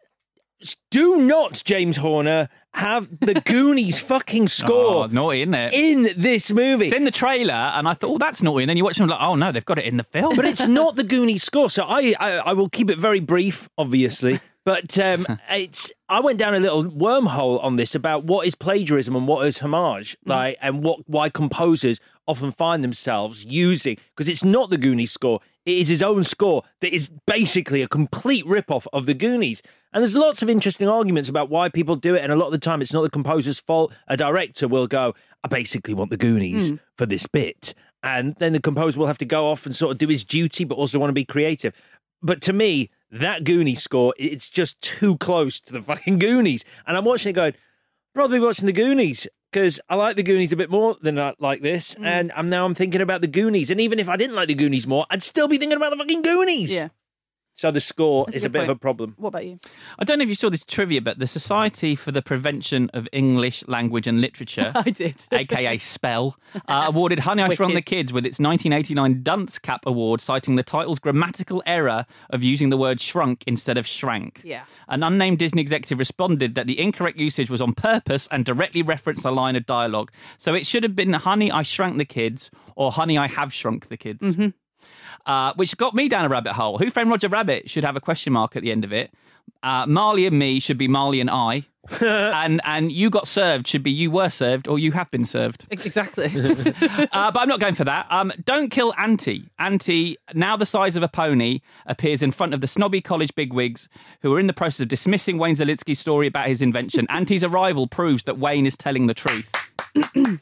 S1: s- do not, James Horner, have the Goonies fucking
S8: Oh,
S1: score
S8: naughty, isn't it?
S1: in this movie.
S8: It's in the trailer, and I thought, oh, that's naughty. And then you watch them like, oh no, they've got it in the film.
S1: but it's not the Goonies score. So I, I, I will keep it very brief, obviously. But um, it's I went down a little wormhole on this about what is plagiarism and what is homage, like, and what why composers often find themselves using because it's not the Goonies score. It is his own score that is basically a complete rip-off of the Goonies. And there's lots of interesting arguments about why people do it. And a lot of the time, it's not the composer's fault. A director will go, I basically want the Goonies for this bit. And then the composer will have to go off and sort of do his duty, but also want to be creative. But to me, that Goonie score, it's just too close to the fucking Goonies. And I'm watching it going, I'd rather be watching the Goonies because I like the Goonies a bit more than I like this.
S7: Mm.
S1: And I'm now I'm thinking about the Goonies. And even if I didn't like the Goonies more, I'd still be thinking about the fucking Goonies.
S7: Yeah.
S1: So the score
S7: That's a
S1: is a
S7: good
S1: bit of
S7: point.
S1: a problem.
S7: What about you?
S8: I don't know if you saw this trivia, but the Society for the Prevention of English Language and Literature,
S7: I Oh, did.
S8: aka Spell, uh, awarded Honey I Shrunk the
S7: Wicked.
S8: Kids with its 1989 Dunce Cap Award, citing the title's grammatical error of using the word shrunk instead of shrank.
S7: Yeah.
S8: An unnamed Disney executive responded that the incorrect usage was on purpose and directly referenced a line of dialogue. So it should have been Honey I Shrank the Kids or Honey I Have Shrunk the Kids uh, which got me down a rabbit hole. Who Framed Roger Rabbit should have a question mark at the end of it. Uh, Marley and me should be Marley and I, and and you got served should be you were served or you have been served.
S7: Exactly.
S8: Uh, but I'm not going for that. Um, don't kill Auntie. Auntie, now the size of a pony, appears in front of the snobby college bigwigs who are in the process of dismissing Wayne Zelinsky's story about his invention. Auntie's arrival proves that Wayne is telling the truth. and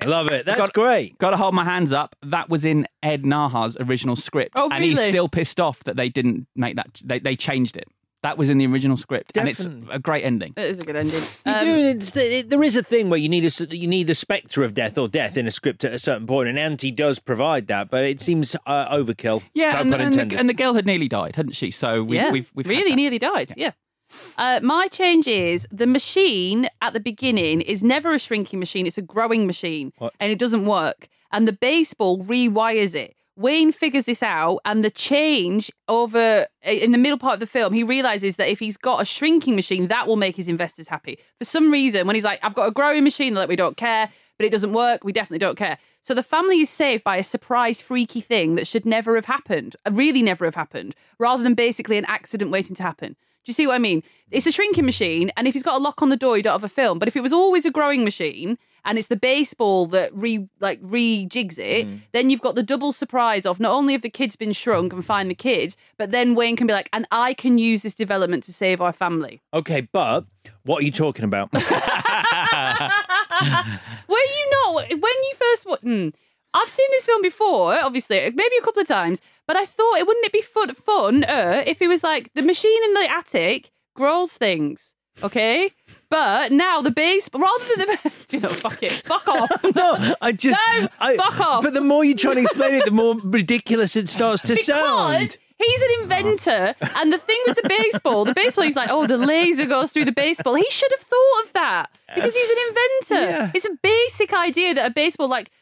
S1: I love it. That's
S8: got,
S1: great.
S8: Got to hold my hands up. That was in Ed Nahar's original script,
S7: Oh,
S8: and he's
S7: really?
S8: still pissed off that they didn't make that. They, they changed it. That was in the original script, and it's
S1: Definitely.
S8: a great ending.
S7: That is a good ending.
S1: You
S7: Um,
S1: do. It's, the- it, there is a thing where you need a s- you need the spectre of death or death in a script at a certain point, and Anti does provide that, but it seems uh, overkill.
S8: Yeah,
S1: no
S8: and,
S1: pun
S8: and,
S1: intended.
S8: the, and the girl had nearly died, hadn't she? So we,
S7: yeah,
S8: we've we've had
S7: really
S8: that.
S7: nearly died. Yeah. Uh, my change is the machine at the beginning is never a shrinking machine; it's a growing machine, and it doesn't work. And the baseball rewires it. Wayne figures this out, and the change over in the middle part of the film, he realizes that if he's got a shrinking machine, that will make his investors happy. For some reason, when he's like, "I've got a growing machine," they're like, "We don't care," but it doesn't work. We definitely don't care. So the family is saved by a surprise, freaky thing that should never have happened, uh, really never have happened, rather than basically an accident waiting to happen. Do you see what I mean? It's a shrinking machine, and if he's got a lock on the door, you don't have a film. But if it was always a growing machine, and it's the baseball that re like rejigs it, then you've got the double surprise of not only have the kids been shrunk and find the kids, but then Wayne can be like, and I can use this development to save our family.
S1: okay, but what are you talking about?
S7: Were you not when you first? wa- Hmm. I've seen this film before, obviously, maybe a couple of times, but I thought it wouldn't it be fun, fun uh, if it was like the machine in the attic grows things, okay? But now the base, rather than the, you know, fuck it, fuck off.
S1: no, I just
S7: No,
S1: I-
S7: fuck off.
S1: But the more you try and explain it, the more ridiculous it starts to
S7: because
S1: sound.
S7: Here's He's an inventor. And the thing with the baseball, the baseball, he's like, oh, the laser goes through the baseball. He should have thought of that because he's an inventor.
S1: Yeah.
S7: It's a basic idea that a baseball, like,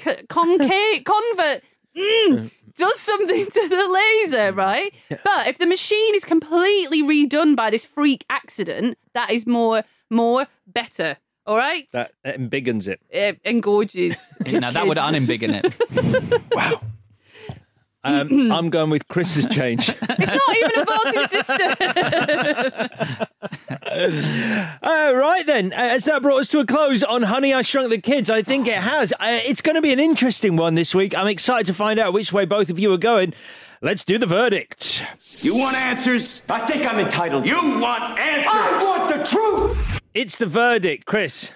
S7: c- concave, convert. Mm, does something to the
S1: Mm.
S7: laser, right? But if the machine is completely redone by this freak accident, that is more, more better. All right, Eh,
S1: That, that embiggens it.
S7: it engorges.
S8: now that would unembiggen it.
S1: Um, I'm going with Chris's change.
S7: It's not even a voting system.
S1: Uh, right then, uh, as that brought us to a close on Honey, I Shrunk the Kids, I think it has. Uh, it's going to be an interesting one this week. I'm excited to find out which way both of you are going. Let's do the verdict.
S17: You want answers? I think I'm entitled. You want answers? I want the truth!
S1: It's the verdict, Chris.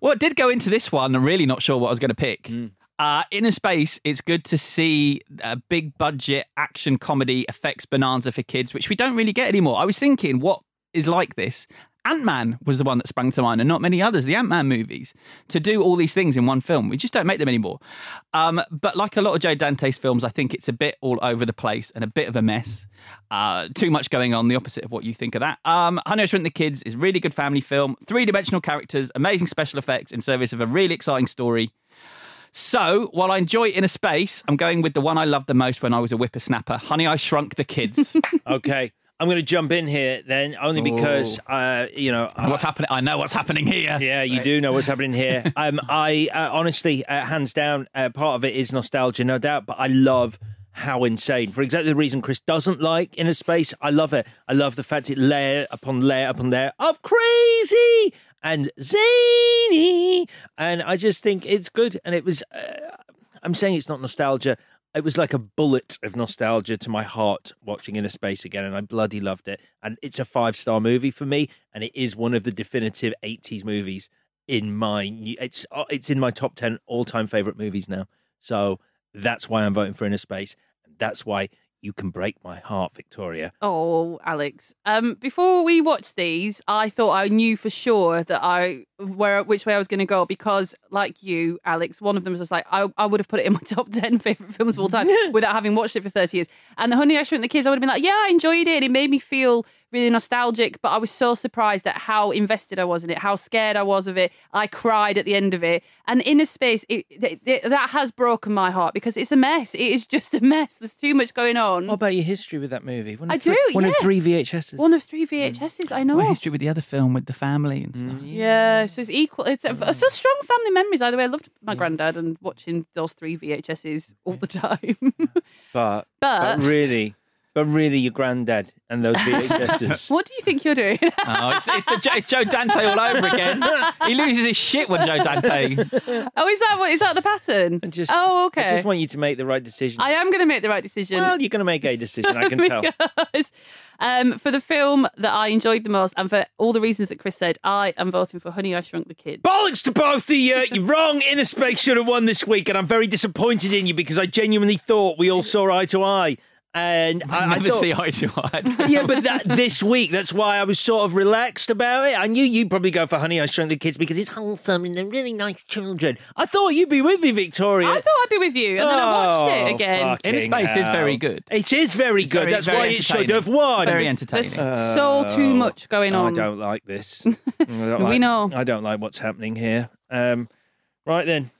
S8: Well, I did go into this one really not sure what I was going to pick. Uh, Inner Space, it's good to see a big budget action comedy effects bonanza for kids, which we don't really get anymore. I was thinking, what is like this? Ant Man was the one that sprang to mind, and not many others. The Ant Man movies to do all these things in one film, we just don't make them anymore. Um, but like a lot of Joe Dante's films, I think it's a bit all over the place and a bit of a mess. Uh, too much going on, the opposite of what you think of that. Um, Honey, I Shrunk the Kids is a really good family film. Three dimensional characters, amazing special effects in service of a really exciting story. So while I enjoy Inner Space, I'm going with the one I loved the most when I was a whippersnapper Honey, I Shrunk the Kids.
S1: Okay, I'm going to jump in here then, only because, uh, you know, I-
S8: what's happening? I know what's happening here.
S1: Yeah, you do know what's happening here. um, I uh, honestly, uh, hands down, uh, part of it is nostalgia, no doubt, but I love how insane. For exactly the reason Chris doesn't like Inner Space, I love it. I love the fact it layer upon layer upon layer of crazy and zany, and I just think it's good. And it was, uh, I'm saying it's not nostalgia. It was like a bullet of nostalgia to my heart watching Inner Space again, and I bloody loved it. And it's a five star movie for me, and it is one of the definitive '80s movies in my it's uh, it's in my top ten all time favorite movies now. So that's why I'm voting for Inner Space. That's why you can break my heart, Victoria.
S7: Oh, Alex. Um, before we watched these, I thought I knew for sure that I where which way I was going to go because, like you, Alex, one of them was just like I, I would have put it in my top ten favorite films of all time without having watched it for thirty years. And Honey, I Shrunk the Kids, I would have been like, yeah, I enjoyed it. and It made me feel really nostalgic, but I was so surprised at how invested I was in it, how scared I was of it. I cried at the end of it. And Inner Space, it, th- th- that has broken my heart because it's a mess. It is just a mess. There's too much going on.
S1: What about your history with that movie? One
S7: Mm. I
S1: three-
S7: do,
S1: One of
S7: yeah.
S1: three VHSs.
S7: One of three VHSs, I know.
S8: My history with the other film with the family and stuff.
S7: Yeah, so it's equal. It's uh, so strong family memories. Either way, I loved my granddad and watching those three VHSs all the time.
S1: but,
S7: But-
S1: but really, but really, your granddad and those VHSs.
S7: what do you think you're doing?
S8: Oh, it's, it's, the, Jo- it's Joe Dante all over again. He loses his shit when Joe Dante.
S7: oh, is that what? Is that the pattern?
S1: I just,
S7: oh, okay.
S1: I just want you to make the right decision.
S7: I am going to make the right decision.
S1: well, you're going to make a decision. I can tell.
S7: Because, um, for the film that I enjoyed the most, and for all the reasons that Chris said, I am voting for Honey, I Shrunk the Kids.
S1: Bollocks to both of you. You're wrong. Inner Space should have won this week, and I'm very disappointed in you because I genuinely thought we all saw eye to eye. And I, I
S8: never
S1: thought,
S8: see eye to eye.
S1: yeah, but that this week, that's why I was sort of relaxed about it. I knew you'd probably go for Honey, I Shrunk the Kids because it's wholesome and they're really nice children. I thought you'd be with me, Victoria.
S7: I thought I'd be with you, and then I watched it
S1: Oh,
S7: again.
S1: fucking
S8: Inner Space is
S1: hell.
S8: very good.
S1: It is very good.
S8: very-
S1: that's
S8: very
S1: why it should
S8: entertaining.
S1: have won. uh,
S8: It's very
S7: There's
S8: entertaining.
S7: so too much going
S1: Oh, I
S7: on.
S1: don't like this. I don't
S7: We
S1: like-
S7: know.
S1: I don't like what's happening here. Um, right then,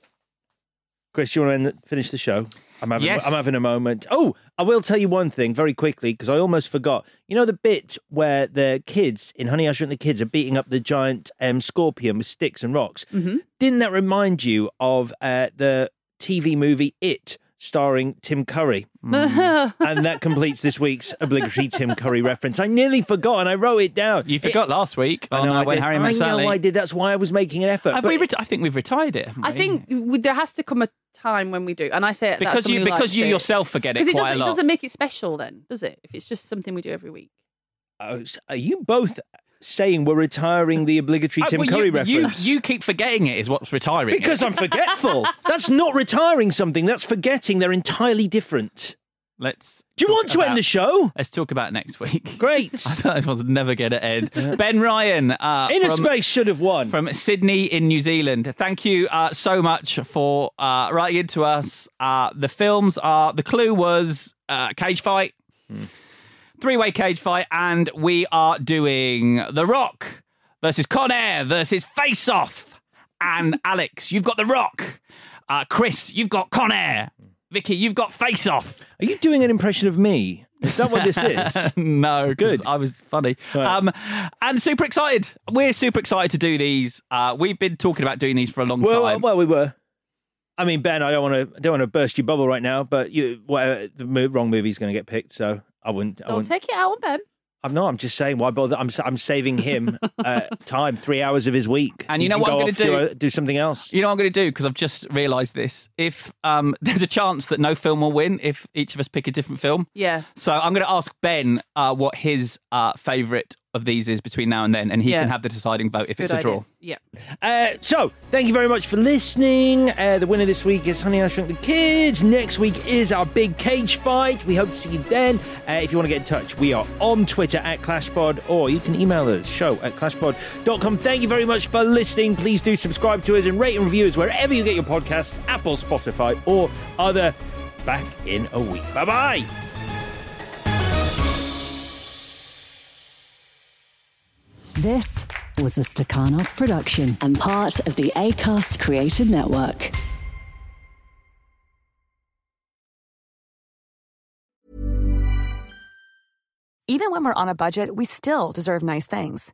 S1: Chris, you want to end the, finish the show? I'm having,
S8: Yes.
S1: I'm having a moment. Oh, I will tell you one thing very quickly because I almost forgot. You know the bit where the kids in Honey I Shrunk the Kids are beating up the giant um, scorpion with sticks and rocks.
S7: Mm-hmm.
S1: Didn't that remind you of uh, the TV movie It, starring Tim Curry? and that completes this week's obligatory Tim Curry reference. I nearly forgot, and I wrote it down.
S8: You forgot last week
S1: I
S8: on
S1: know
S8: uh,
S1: I
S8: when
S1: did.
S8: Harry
S1: I
S8: met Sally.
S1: know I did. That's why I was making an effort.
S8: Have
S1: but-
S8: we reti- I think we've retired it. haven't
S7: I
S8: we?
S7: think w- there has to come a time when we do, and I say it
S8: because you because you yourself forget it
S7: because it
S8: quite
S7: doesn't,
S8: a
S7: it
S8: lot.
S7: doesn't make it special then, does it? If it's just something we do every week.
S1: Oh, are you both saying we're retiring the obligatory
S8: Uh,
S1: Tim
S8: well,
S1: Curry
S8: you,
S1: reference?
S8: You, you keep forgetting it is what's retiring. it.
S1: because I'm forgetful. that's not retiring something. That's forgetting. They're entirely different.
S8: let's.
S1: Do you
S8: talk
S1: want to
S8: about-
S1: end the show?
S8: Let's talk about next week.
S1: Great.
S8: I thought this one's never going to end. Ben Ryan, uh,
S1: Inner
S8: from,
S1: Space should have won.
S8: from Sydney in New Zealand. Thank you uh, so much for uh, writing into us. Uh, the films are the clue was uh, cage fight.
S1: Hmm.
S8: Three way cage fight, and we are doing The Rock versus Con Air versus Face Off. And Alex, you've got The Rock. Uh, Chris, you've got Con Air. Vicky, you've got Face Off.
S1: Are you doing an impression of me? Is that what this is?
S8: no,
S1: Good.
S8: 'cause I was funny.
S1: Right.
S8: Um, and super excited. We're super excited to do these. Uh, we've been talking about doing these for a long
S1: well,
S8: time.
S1: well, we were. I mean, Ben, I don't want to, I don't want to burst your bubble right now, but you, whatever, the mo- wrong movie's going to get picked, so I wouldn't.
S8: Oh,
S1: I
S7: Don't
S1: wouldn't
S7: take it out on Ben.
S1: I'm not. I'm just saying. Why bother? I'm. s- I'm saving him uh, time, three hours of his week.
S8: And you
S1: He
S8: know
S1: can
S8: what I'm
S1: go
S8: gonna
S1: off to,
S8: do?
S1: uh, do something else.
S8: You know what I'm going to do because I've just realised this. If um, there's a chance that no film will win if each of us pick a different film.
S7: Yeah.
S8: So I'm going to ask Ben uh, what his uh, favourite of these is between now and then, and he
S7: Yeah.
S8: can have the deciding vote if
S7: Good
S8: it's a
S7: idea.
S8: draw.
S7: Yeah.
S1: Uh, so, thank you very much for listening. Uh, the winner this week is Honey I Shrunk the Kids. Next week is our big cage fight. We hope to see you then. Uh, if you want to get in touch, we are on Twitter at ClashPod or you can email us show at clashpod.com. Thank you very much for listening. Please do subscribe to us and rate and review us wherever you get your podcasts Apple, Spotify, or other. Back in a week. Bye bye.
S18: This was a Stakhanov production and part of the Acast Creative Network.
S14: Even when we're on a budget, we still deserve nice things.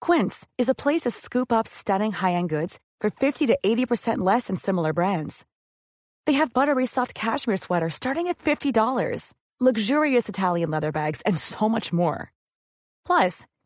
S14: Quince is a place to scoop up stunning high-end goods for 50 to 80% less than similar brands. They have buttery soft cashmere sweaters starting at $50, luxurious Italian leather bags, and so much more. Plus,